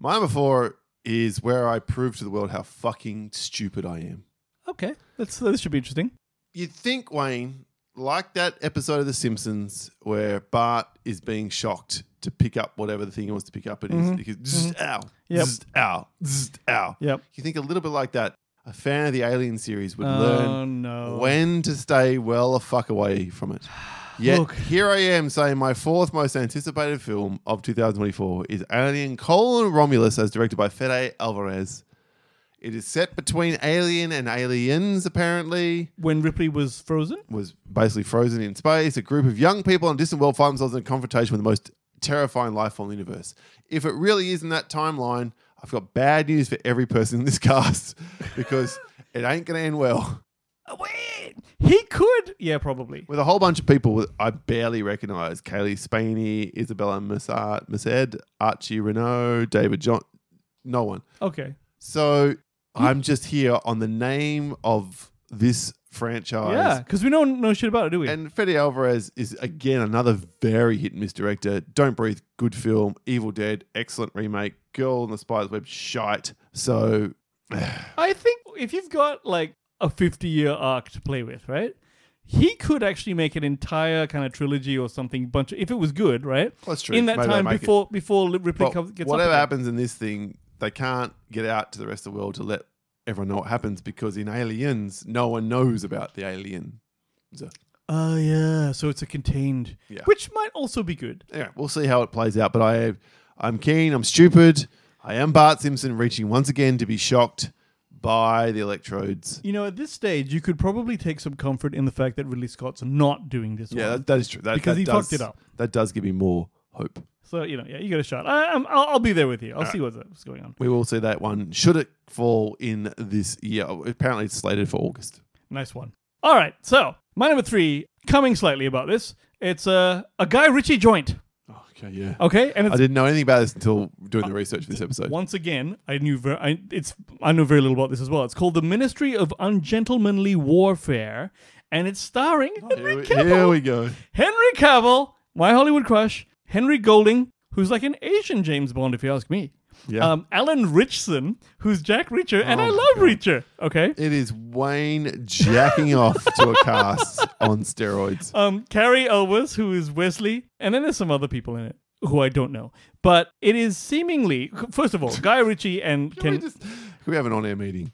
My number four is where I prove to the world how fucking stupid I am.
Okay, that's this should be interesting.
You'd think Wayne, like that episode of The Simpsons where Bart is being shocked to pick up whatever the thing he wants to pick up, and he's because zzz, ow,
Mm-hmm. Yep.
zzz, ow, zzz, ow.
Yep.
You think a little bit like that. A fan of the Alien series would
Oh
learn
no.
when to stay well a fuck away from it. Yet
Look.
here I am saying my fourth most anticipated film of 2024 is Alien Colon Romulus as directed by Fede Alvarez. It is set between Alien and Aliens, apparently.
when Ripley was frozen.
Was basically frozen in space. A group of young people on a distant world find themselves in confrontation with the most terrifying life form in the universe. If it really is in that timeline, I've got bad news for every person in this cast because it ain't going to end well.
Oh, wait, he could. Yeah, probably.
with a whole bunch of people with- I barely recognize. Kaylee Spaney, Isabella Massad, Massad, Archie Renault, David John, no one.
Okay.
So I'm just here on the name of this franchise.
Yeah, because we know no shit about it, do we?
Oh, And Fede Alvarez is again another very hit and miss director. Don't Breathe, good film. Evil Dead, excellent remake. Girl on the Spider's Web, shite. So
I think if you've got like a 50 year arc to play with, right? He could actually make an entire kind of trilogy or something bunch if it was good, right?
That's true.
In that
Maybe they'll
time
make it.
before before Ripley
Well,
comes, gets up
whatever
again.
happens in this thing, they can't get out to the rest of the world to let everyone know what happens because in Aliens, no one knows about the alien. So,
Oh yeah, so it's a contained,
Yeah.
which might also be good.
anyway, we'll see how it plays out. But I, I'm keen. I'm stupid. I am Bart Simpson, reaching once again to be shocked by the electrodes.
You know, at this stage, you could probably take some comfort in the fact that Ridley Scott's not doing this.
Yeah,
one.
that, that is true. That,
Because
that
he
does,
fucked it up.
That does give me more hope.
so you know, yeah, you got a shot. I, I'm, I'll, I'll be there with you. I'll see what's, what's going on.
We will see that one. Should it fall in this year? Oh, Apparently, it's slated for August.
Nice one. All right, so my number three, coming slightly about this, it's a a Guy Ritchie joint.
Okay, yeah.
Oh, Okay, Oh, Uh, and
I
it's
didn't know anything about this until doing the research for this episode.
once again, I knew ver- I, it's I know very little about this as well. It's called the Ministry of Ungentlemanly Warfare, and it's starring
Oh, Here
Henry
we,
Cavill.
here we go.
Henry Cavill, my Hollywood crush, Henry Golding, who's like an Asian James Bond, if you ask me.
Yeah.
Um, Alan Richson, who's Jack Reacher, and
Oh
I
my
love
God.
Reacher. Okay.
It is Wayne jacking off to a cast on steroids.
Um, Carrie Elwes, who is Wesley, and then there's some other people in it who I don't know. But it is seemingly, first of all, Guy Ritchie and
Can we
Ken.
just can we have an on-air meeting?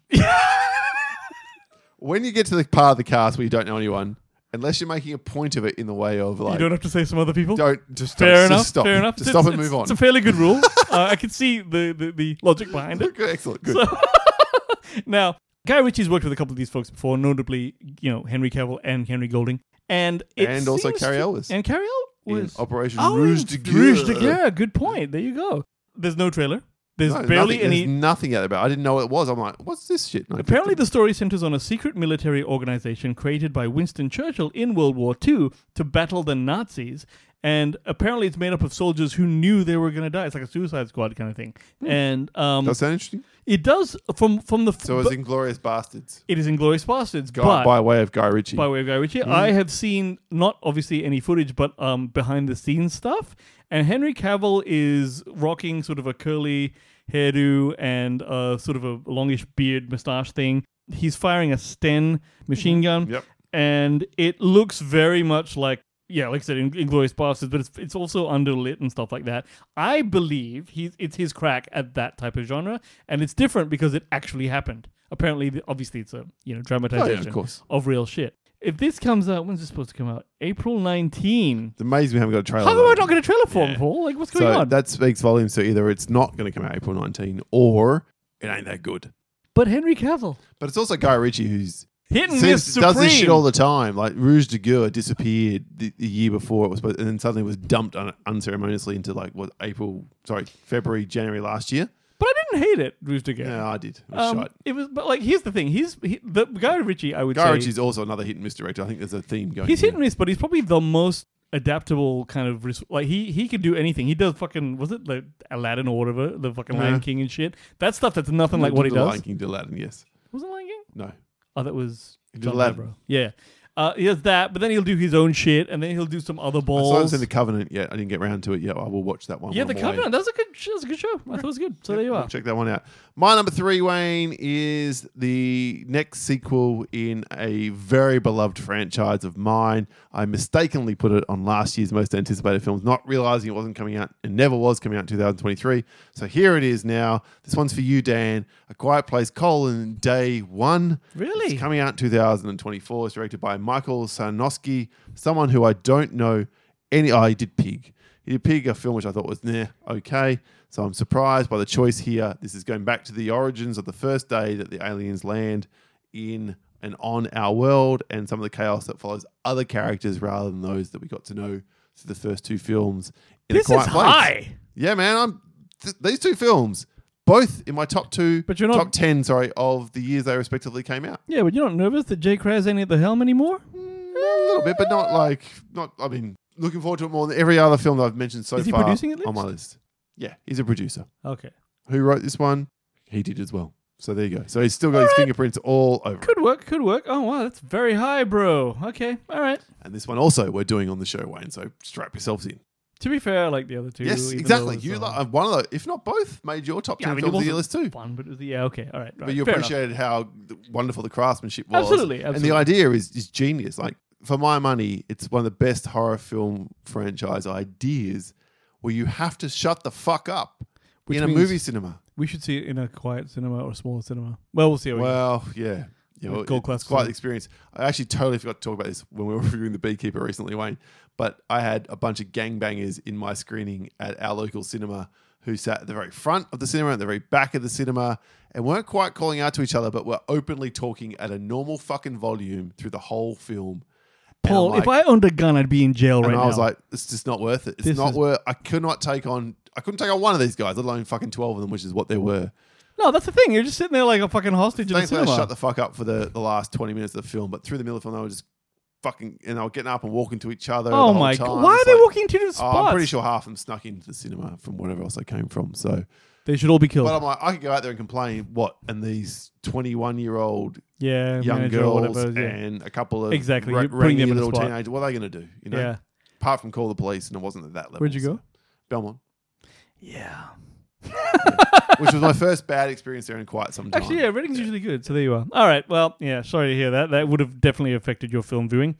when you get to the part of the cast where you don't know anyone, unless you're making a point of it in the way of like
You don't have to say some other people.
don't- just
fair
don't, just
enough.
stop.
Fair enough.
Just
It's-
stop and
it's-
move on.
It's a fairly good rule. uh, I can see the, the the logic behind it.
Good, excellent. Good.
Now, Guy Ritchie's worked with a couple of these folks before, notably, you know, Henry Cavill and Henry Golding, and it
And also
seems
Cary
to-
Elwes.
and Carrie Elwes.
In Operation
Oh,
Rouge
in
de
Rouge de
Guerre.
Guerre. Good point. There you go. There's no trailer. There's
No,
barely
nothing,
any.
there's nothing out about. it. I didn't know what it was. I'm like, what's this shit? And I
Apparently,
clicked
the story centers on a secret military organization created by Winston Churchill in World War II to battle the Nazis. And apparently, it's made up of soldiers who knew they were going to die. It's like a Suicide Squad kind of thing. And um,
it. Hmm. Does that sound interesting?
it does from from the
So it was Inglorious Bastards.
it is Inglorious Bastards,
Guy,
but
by way of Guy Ritchie.
by way of Guy Ritchie. I have seen not obviously any footage, but um, behind the scenes stuff. And Henry Cavill is rocking sort of a curly hairdo and uh, sort of a longish beard moustache thing. He's firing a Sten machine gun,
Yep.
and it looks very much like. Yeah, like I said, in Inglorious Bastards, but it's, it's also underlit and stuff like that. I believe he's it's his crack at that type of genre, and it's different because it actually happened. Apparently, the- obviously, it's a you know dramatization
Oh, of course.
of real shit. If this comes out, when's this supposed to come out? April 19.
It's amazing we haven't got a trailer.
How
though.
come I not get a trailer for
Oh, Yeah.
him, Paul? Like, what's going
So
on?
that speaks volumes. So either it's not going to come out April 19 or it ain't that good.
but Henry Cavill.
But it's also Guy Ritchie who's
Hit and miss
seems,
supreme.
does this shit all the time. Like Rouge de Guerre disappeared the, the year before it was supposed, and then suddenly was dumped un- unceremoniously into like what April, sorry, February, Janury last year.
but I didn't hate it, Rooster Gang.
No, I did. It was
Um,
shite.
it was, but like, here's the thing. He's he, the Guy Ritchie. I would
Guy
say
Ritchie's also another hit and miss director. I think there's a theme going.
he's
here.
hit and miss, but he's probably the most adaptable kind of res- like he he could do anything. He does fucking was it like Aladdin or whatever, the fucking
Yeah.
Lion King and shit. That stuff that's nothing like what he
the
does.
Lion King did Aladdin, yes.
Was it Lion King?
No.
Oh, that was
He did
John
Aladdin.
Favreau. Yeah. Uh, he has that, but then he'll do his own shit, and then he'll do some other
I
balls.
still haven't seen The Covenant yet. I didn't get round to it yet. I will watch that one.
yeah,
when
the
I'm away.
Covenant. That was a good. That was a good show. I thought it was good. So there you
We'll
are.
Check that one out. My number three, Wayne, is the next sequel in a very beloved franchise of mine. I mistakenly put it on last year's most anticipated films, not realizing it wasn't coming out and never was coming out in 2023. So here it is now. This one's for you, Dan. A Quiet Place: Colon Day One.
Really?
It's coming out in 2024. It's directed by Michael Sarnowski, someone who I don't know any. I did Pig. He did Pig, a film which I thought was nah, okay. So I'm surprised by the choice here. This is going back to the origins of the first day that the aliens land in and on our world, and some of the chaos that follows other characters rather than those that we got to know through the first two films. In
This
a Quiet
is
Place.
high.
Yeah, man. I'm th- these two films, both in my top two,
But you're not-
top ten, sorry, of the years they respectively came out.
Yeah, but you're not nervous that Jay Kraz ain't at the helm anymore?
Mm, A little bit, but not like not. I mean, looking forward to it more than every other film that I've mentioned so
Is he
far
producing at
on my
least?
list. Yeah, he's a producer.
Okay,
Who wrote this one? He did as well. So there you go. So he's still got his fingerprints all over. it.
could work. Could work. Oh wow, that's very high, bro. Okay, all right.
And this one also we're doing on the show, Wayne. So strap yourselves in.
To be fair, I like the other two.
yes,
even
exactly.
though
You
it's,
um, lo-
uh,
one of the, if not both, made your top
Yeah,
ten
I mean, it
films of the
wasn't
year list too.
one, but it was, yeah, okay, all right. right.
But you
fair enough.
appreciated how th- wonderful the craftsmanship was.
Absolutely,
And the
absolutely.
idea is, is genius. Like, for my money, it's one of the best horror film franchise ideas where you have to shut the fuck up
Which
in a
means-
movie cinema.
We should see it in a quiet cinema or a smaller cinema. Well, we'll see. How we go.
Well, yeah. yeah well,
Gold
it's
class
quite
film.
the experience. I actually totally forgot to talk about this when we were reviewing The Beekeeper recently, Wayne. But I had a bunch of gangbangers in my screening at our local cinema who sat at the very front of the cinema, at the very back of the cinema, and weren't quite calling out to each other, but were openly talking at a normal fucking volume through the whole film. And I'm
Paul, if
like-
I owned a gun, I'd be in jail right
and
now.
I was like, it's just not worth it. It's
This
not
is-
worth. I could not take on. I couldn't take on one of these guys, let alone fucking twelve of them, which is what there were.
no, that's the thing. You're just sitting there like a fucking hostage in a
Thankfully,
cinema.
I shut the fuck up for the, the last 20 minutes of the film, but through the middle of the film, they were just fucking, and they were getting up and walking to each other. the
oh
whole
my
time.
god! Why are
It's
they
like-
walking to the
Oh,
spots?
I'm pretty sure half of them snuck into the cinema from whatever else they came from. So,
they should all be killed.
but I'm like, I could go out there and complain. What? And these 21 year old
yeah,
young
manager
girls
or whatever. Yeah.
and a couple of
Exactly,
ra-
you bring them
rainy
in the
little
spot.
teenagers. What are they going to do? You know,
yeah.
apart from call the police, and it wasn't at that level.
Where'd you
so-
go?
Belmont,
Yeah.
which was my first bad experience there in quite some time.
Actually, yeah, Reading's usually good, so there you are. All right, well, yeah, sorry to hear that. That would have definitely affected your film viewing.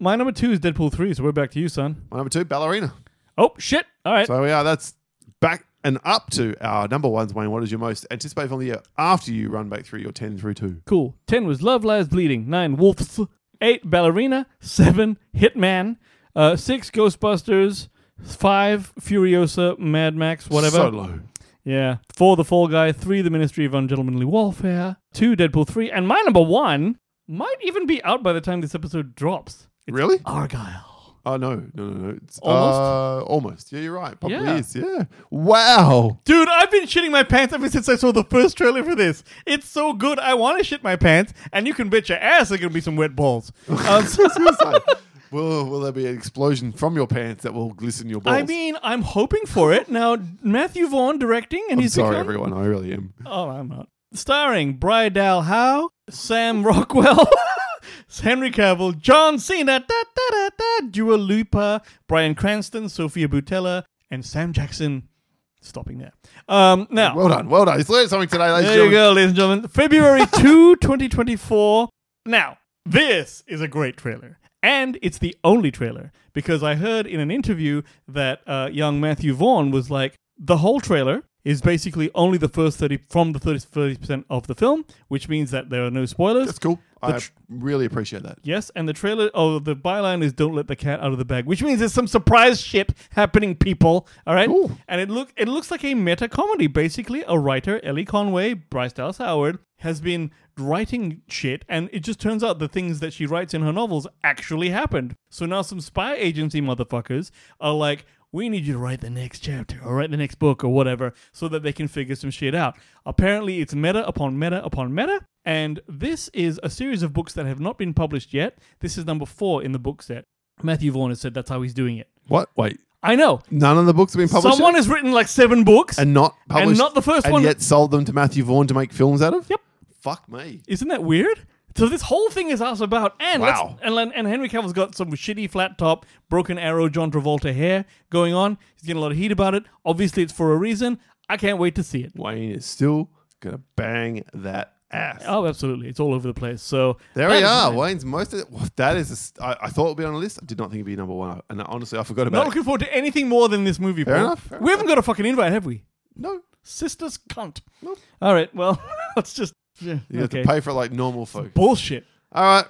My number two is Deadpool 3, so we're back to you, son.
My number two, ballerina.
Oh, shit. All right.
So yeah, that's back and up to our number ones, Wayne. What is your most anticipated film of the year after you run back through your ten through two?
Cool. 10 was Love Lies Bleeding. 9, Wolves. 8, Ballerina. 7, Hitman. Uh, 6, Ghostbusters. 5, Furiosa, Mad Max, whatever.
Solo.
Yeah. 4, The Fall Guy. 3, The Ministry of Ungentlemanly Warfare. 2, Deadpool 3. And my number one might even be out by the time this episode drops. It's
Really?
Argyle.
Oh no, no, no, no.
Almost?
It's, Uh, almost. Yeah, you're right. Probably
Yeah.
is. Yeah. Wow.
Dude, I've been shitting my pants ever since I saw the first trailer for this. It's so good, I want to shit my pants, and you can bet your ass there's gonna be some wet balls. Um,
It's like, will will there be an explosion from your pants that will glisten your balls?
I mean, I'm hoping for it. Now, Matthew Vaughn directing, and
I'm
he's
sorry,
become-
everyone. I really am.
Oh, I'm not. Starring Bridal Howe, Sam Rockwell, Henry Cavill, John Cena, da, da, da, da, Dua Lipa, Brian Cranston, Sophia Butella, and Sam Jackson. Stopping there. Um, now,
Well done. Well done. He's learned something today, ladies and
There you go,
gentlemen.
ladies and gentlemen. February 2, 2024. Now, this is a great trailer. And it's the only trailer because I heard in an interview that uh, young Matthew Vaughn was like, the whole trailer is basically only the first 30 from the 30, 30% of the film, which means that there are no spoilers.
That's cool. I
tr-
really appreciate that.
Yes, and the trailer, oh, the byline is "Don't let the cat out of the bag," which means there's some surprise shit happening, people. All right,
Ooh.
and it look it looks like a meta comedy. Basically, a writer, Ellie Conway, Bryce Dallas Howard, has been writing shit, and it just turns out the things that she writes in her novels actually happened. So now some spy agency motherfuckers are like. We need you to write the next chapter or write the next book or whatever so that they can figure some shit out. Apparently, it's meta upon meta upon meta, and this is a series of books that have not been published yet. This is number four in the book set. Matthew Vaughn has said that's how he's doing it.
What? Wait,
I know.
none of the books have been published.
Someone
yet?
has written like seven books.
and not published,
not the first
and
one.
yet sold them to Matthew Vaughn to make films out of.
Yep.
Fuck me.
Isn't that weird? So this whole thing is us about and let's-
Wow.
and and Henry Cavill's got some shitty flat top, broken arrow, John Travolta hair going on. He's getting a lot of heat about it. Obviously, it's for a reason. I can't wait to see it.
Wayne is still gonna bang that ass.
Oh, absolutely, it's all over the place. So
There
that
we
is
are.
nice.
Wayne's most. Of, well, that is. a s I I thought it would be on the list. I did not think it'd be number one, and honestly, I forgot
Not
about it.
looking forward to anything more than this movie. Paul.
enough, fair
we haven't got a fucking invite, have we?
No,
Sisters cunt. All right. Well, let's just yeah,
you
okay.
have to pay for it like normal folk.
Bullshit.
All right,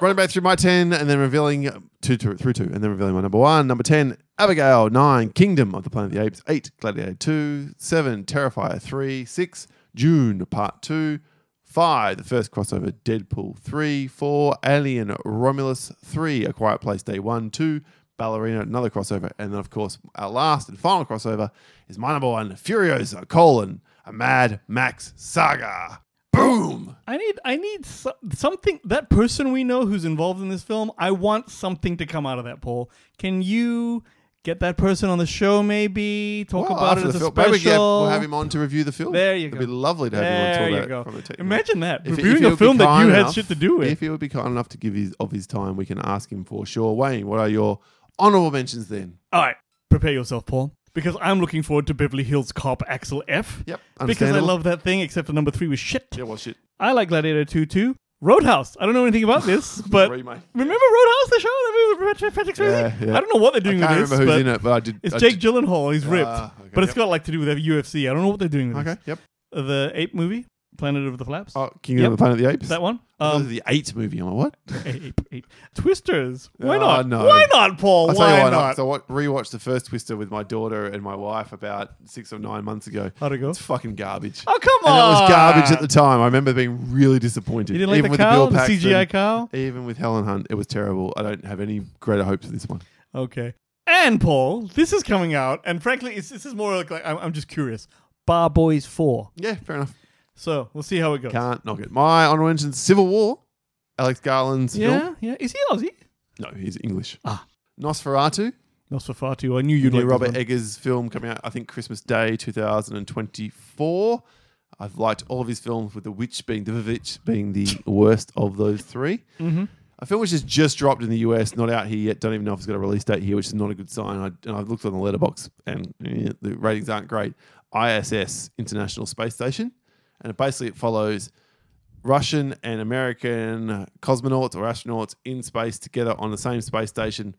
running back through my ten, and then revealing two, two through two, and then revealing my number one, number ten, Abigail nine, Kingdom of the Planet of the Apes eight, Gladiator two, seven, Terrifier three, six, June Part two, five, the first crossover, Deadpool three, four, Alien Romulus three, A Quiet Place Day one, two. Ballerina, another crossover, and then of course our last and final crossover is my number one, Furiosa: colon a Mad Max saga. Boom!
I need I need so- something that person we know who's involved in this film. I want something to come out of that poll. Can you get that person on the show? Maybe talk
Well,
about it
after
as
the
a
film-
special.
Maybe we get- we'll have him on to review the film.
There you
It'd
go.
be lovely to have
There
him on
you
to
go.
talk about it. from the
Imagine that
If- if
reviewing
he
a
would
film that
be
you
kind
had
enough-
shit to do with.
If he would be kind enough to give his of his time, we can ask him for sure. Wayne, what are your honourable mentions then?
All right, prepare yourself, Paul, because I'm looking forward to Beverly Hills Cop Axel F. Because
Yep,
I
understandable.
love that thing, except for number three was shit.
well, shit.
I like Gladiator 2 too. Roadhouse. I don't know anything about this, but
Remake.
remember Roadhouse, the show that we were Patrick Patrick Swayze?
Yeah, yeah.
I don't know what they're
I
doing
can't
with
remember
this.
who's
but
in it, but I did.
It's
I
Jake
did-
Gillenhall. He's ripped,
Ah, okay,
but it's
yep.
got like to do with UFC. I don't know what they're doing with
Okay. Yep.
this. Uh, The ape movie, Planet of the Flaps.
Oh, King
Yep.
of the Planet of the Apes.
that one.
That
Um,
was the eight movie. I'm like, what?
ape, ape. Twisters. Why
Oh,
not?
no.
Why not, Paul?
I'll
why,
tell you why not.
not?
So I wa- rewatched the first Twister with my daughter and my wife about six or nine months ago.
How'd it go?
It's fucking garbage.
Oh, come
And it was garbage
on.
at the time. I remember being really disappointed.
You didn't like the cow, the CGI cow?
Even with Helen Hunt, it was terrible. I don't have any greater hopes of this one.
Okay. And Paul, this is coming out, and frankly, it's, this is more like, like I'm, I'm just curious. Bar Boys Four.
Yeah, fair enough.
So we'll see how it goes.
Can't knock it. My honorable mention: Civil War. Alex Garland's
yeah,
film.
yeah. Is he Aussie?
No, he's English.
Ah.
Nosferatu.
Nosferatu. I knew you'd
New
like this
Robert
one.
Eggers film coming out, I think, Christmas Day 2024. I've liked all of his films, with The Witch being The Witch being the worst of those 3 Mm-hmm. A film which has just dropped in the US, not out here yet. Don't even know if it's got a release date here, which is not a good sign. I, and I've looked on the letterbox, and eh, the ratings aren't great. ISS International Space Station, and basically it follows Russian and American cosmonauts or astronauts in space together on the same space station.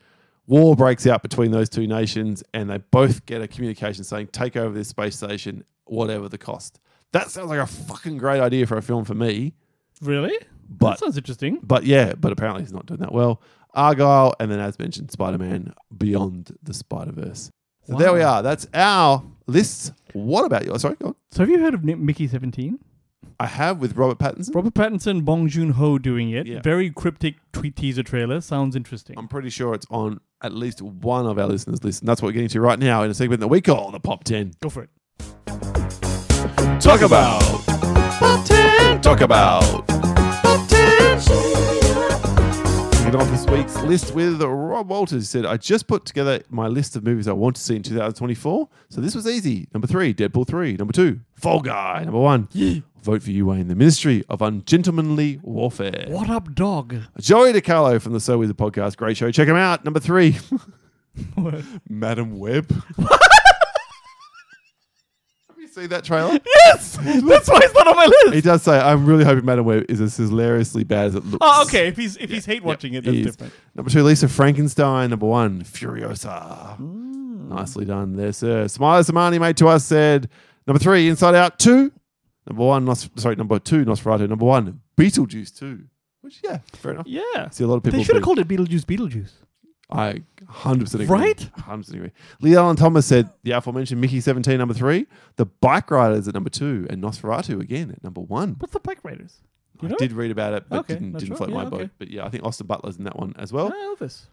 War breaks out between those two nations, and they both get a communication saying, Take over this space station, whatever the cost. That sounds like a fucking great idea for a film for me.
Really?
But-
that sounds interesting.
But yeah, but apparently he's not doing that well. Argyle, and then as mentioned, Spider Man Beyond the Spider Verse. So there we
Wow.
are. That's our lists. What about you? Sorry, go on.
So have you heard of Ni- Mickey Seventeen?
I have with Robert Pattinson.
Robert Pattinson, Bong Joon Ho doing it.
Yeah. Um,
Very cryptic tweet teaser trailer. Sounds interesting.
I'm pretty sure it's on at least one of our listeners' list. And that's what we're getting to right now in a segment that we call the Pop 10.
Go for it.
Talk about. Pop 10. Talk about. Pop 10. Kicking off this week's list with Rob Walters. He said, I just put together my list of movies I want to see in 2024. So this was easy. Number three, Deadpool 3. Number two, Fall Guy. Number one, Vote for You Wayne, The Ministry of Ungentlemanly Warfare.
What up, dog?
Joey DiCarlo from the So Wizard podcast. Great show. Check him out. Number three, Madam Web. Have you seen that trailer?
yes, that's why it's not on my list.
He does say, I'm really hoping Madam Web is as hilariously bad as it looks.
Oh, okay. If he's if he's hate
Yep,
watching it,
he
that's
is.
different.
Number two, Lisa Frankenstein. Number one, Furiosa. Nicely done there, sir. Smiler Samani made to us said, number three, Inside Out 2. Number one, Nos- sorry, number two, Nosferatu. Number one, Beetlejuice 2. Which, yeah, fair enough.
Yeah.
See a lot of people.
They should have
do-
called it Beetlejuice. Beetlejuice.
I 100% agree.
Right?
100% agree. Lee Allen Thomas said the aforementioned Mickey 17, number three, The Bike Riders at number two, and Nosferatu again at number one.
What's the Bike Raiders? You know?
I did read about it, but
Okay,
didn't,
not
didn't
sure.
float
Yeah,
my
okay.
boat. But yeah, I think Austin Butler's in that one as well.
Ah, Elvis.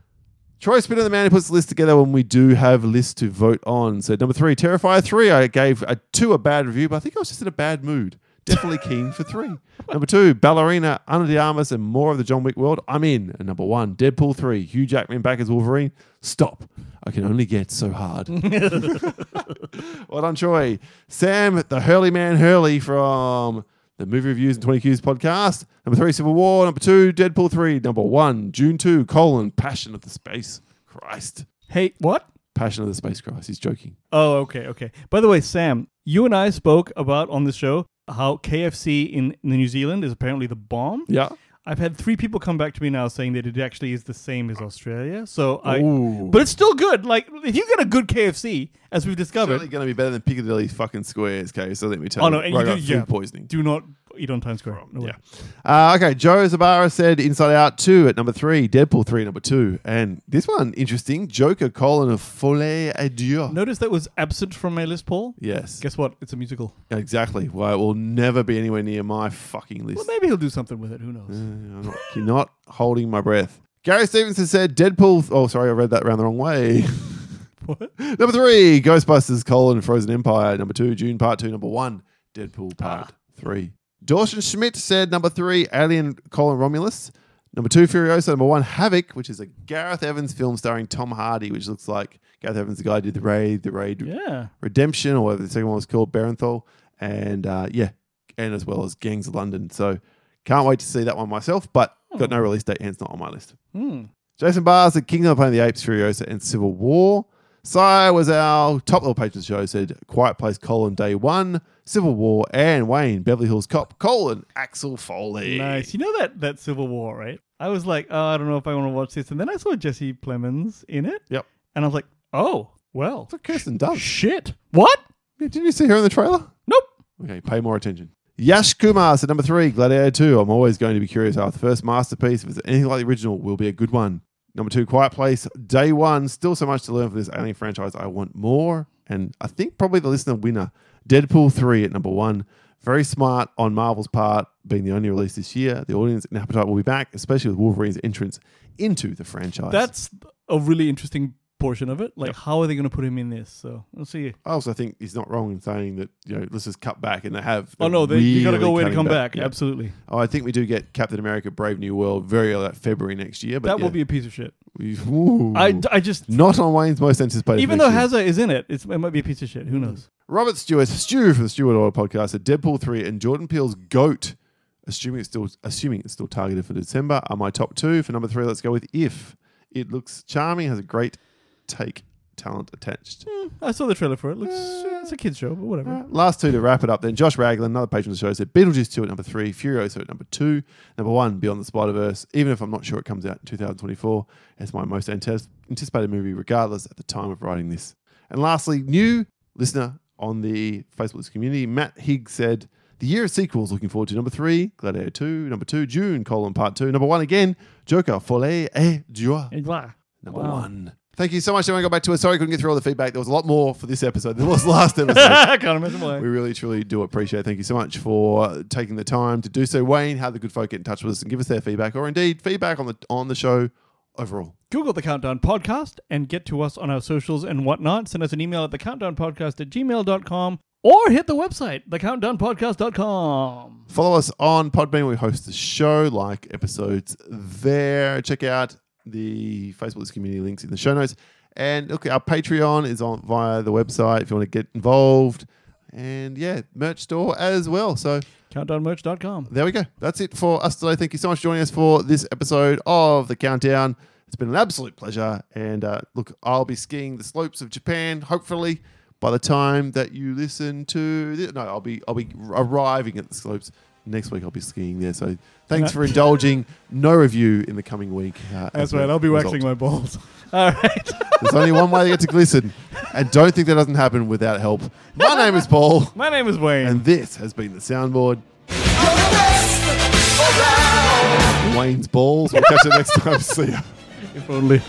Troy Spinner, the man who puts the list together when we do have lists to vote on. So number three, Terrifier 3. I gave a two a bad review, but I think I was just in a bad mood. Definitely keen for three. Number two, Ballerina, Ana de Armas, and more of the John Wick world. I'm in. And number one, Deadpool 3, Hugh Jackman back as Wolverine. Stop. I can only get so hard. well done, Troy. Sam, the Hurley Man Hurley from the Movie Reviews and 20 Qs podcast. Number three, Civil War. Number two, Deadpool 3. Number one, June 2, colon, Passion of the Space Christ.
Hey, what?
Passion of the Space Christ. He's joking.
Oh, okay, okay. By the way, Sam, you and I spoke about on the show how KFC in, in New Zealand is apparently the bomb.
Yeah.
I've had three people come back to me now saying that it actually is the same as Australia. So I,
Ooh.
but it's still good. Like if you get a good KFC, as we've
Certainly
discovered,
going to be better than Piccadilly fucking squares, okay? So let me tell
Oh,
you.
no, and
Where
you
I
do-
got
yeah.
food poisoning.
do not eat on Times Square. No way.
Yeah. Uh, okay, Joe Zabara said Inside Out 2 at number 3, Deadpool 3 at number 2. And this one, interesting, Joker colon of Folie Adieu.
Notice that was absent from my list, Paul.
Yes,
Guess what? It's a musical.
exactly. Why it will never be anywhere near my fucking list.
Well, maybe he'll do something with it. Who knows?
I'm not, you're not holding my breath. Gary Stevenson said Deadpool. oh, sorry, I read that round the wrong way.
What?
number three, Ghostbusters: colon Frozen Empire. Number two, June Part Two. Number one, Deadpool Part Three. Dawson Schmidt said number three, Alien: colon Romulus. Number two, Furiosa. Number one, Havoc, which is a Gareth Evans film starring Tom Hardy, which looks like Gareth Evans, the guy who did the Raid, the Raid
Yeah.
Redemption, or whatever the second one was called, Barenthal, and uh, yeah, and as well as Gangs of London. So can't wait to see that one myself, but got no release date, hence not on my list.
Hmm.
Jason Barr said Kingdom of Planet of the Apes, Furiosa, and Civil War. Sai was our top level patron show, said Quiet Place, colon, day one, Civil War, and Wayne, Beverly Hills Cop, colon, Axel Foley.
Nice. You know that that Civil War, right? I was like, oh, I don't know if I want to watch this, and then I saw Jesse Plemons in it.
Yep. oh,
And I was like, oh, well,
That's what Kirsten does.
shit. What?
Yeah, Didn't you see her in the trailer?
Nope.
Okay, pay more attention. Yash Kumar said number three, Gladiator 2. I'm always going to be curious how the first masterpiece, if it's anything like the original, will be a good one. Number two, Quiet Place, day one. Still so much to learn from this alien franchise. I want more. And I think probably the listener winner, Deadpool 3 at number one. Very smart on Marvel's part, being the only release this year. The audience and appetite will be back, especially with Wolverine's entrance into the franchise.
That's a really interesting portion of it. Like, how are they going to put him in this? So we'll see.
I also think he's not wrong in saying that, you know, let's just cut back and they have.
Oh no, they, you got to
really
go away to
cutting
come back.
Yeah.
Absolutely.
Oh, I think we do get Captain America: Brave New World very early, like February next year. But
that
yeah.
will be a piece of shit.
We- Ooh.
I, I just
not on Wayne's most anticipated.
even
next
though
year.
Hazza is in it, it's, it might be a piece of shit.
Mm.
Who knows?
Robert Stewart, Stew from the Stewart Order podcast, at Deadpool three and Jordan Peele's Goat, assuming it's still assuming it's still targeted for December, are my top two. For number three, let's go with If. It looks charming, has a great take, talent attached.
I saw the trailer for it. Looks
Eh.
it's a kids show, but whatever.
All right, Last two to wrap it up then. Josh Ragland, another patron of the show, said Beetlejuice 2 at number 3, Furiosa at number 2, number 1, Beyond the Spider Verse. Even if I'm not sure it comes out in 2024, it's my most ante- anticipated movie, regardless, at the time of writing this. And lastly, new listener on the Facebook community, Matt Higgs said, The year of sequels, looking forward to number 3, Gladiator 2, number 2, June, colon part 2, number 1 again, Joker, Folie et Joie.
And blah.
Number
Wow.
one. Thank you so much. Everyone got back to us. Sorry, I couldn't get through all the feedback. There was a lot more for this episode. There was last episode.
Can't imagine why.
We really, truly do appreciate. it. Thank you so much for taking the time to do so, Wayne. How the good folk get in touch with us and give us their feedback, or indeed feedback on the on the show overall.
Google the Countdown Podcast and get to us on our socials and whatnot. Send us an email at thecountdownpodcast at gmail.com or hit the website, thecountdownpodcast.com.
Follow us on Podbean. We host the show, like episodes there. Check out the Facebook community links in the show notes, and look, our Patreon is on via the website if you want to get involved, and yeah, merch store as well. So
Countdownmerch.com.
there we go. That's it for us today. Thank you so much for joining us for this episode of The Countdown. It's been an absolute pleasure. And uh, look, I'll be skiing the slopes of Japan, hopefully, by the time that you listen to this. No, I'll be I'll be arriving at the slopes. Next week I'll be skiing there. So thanks for indulging. No review in the coming week. Uh, as
That's
a
right. I'll be
result.
waxing my balls. All right.
There's only one way to get to glisten. And don't think that doesn't happen without help. My name is Paul,
My name is Wayne.
and this has been the soundboard. Wayne's balls. We'll catch you next time. See ya.
if only.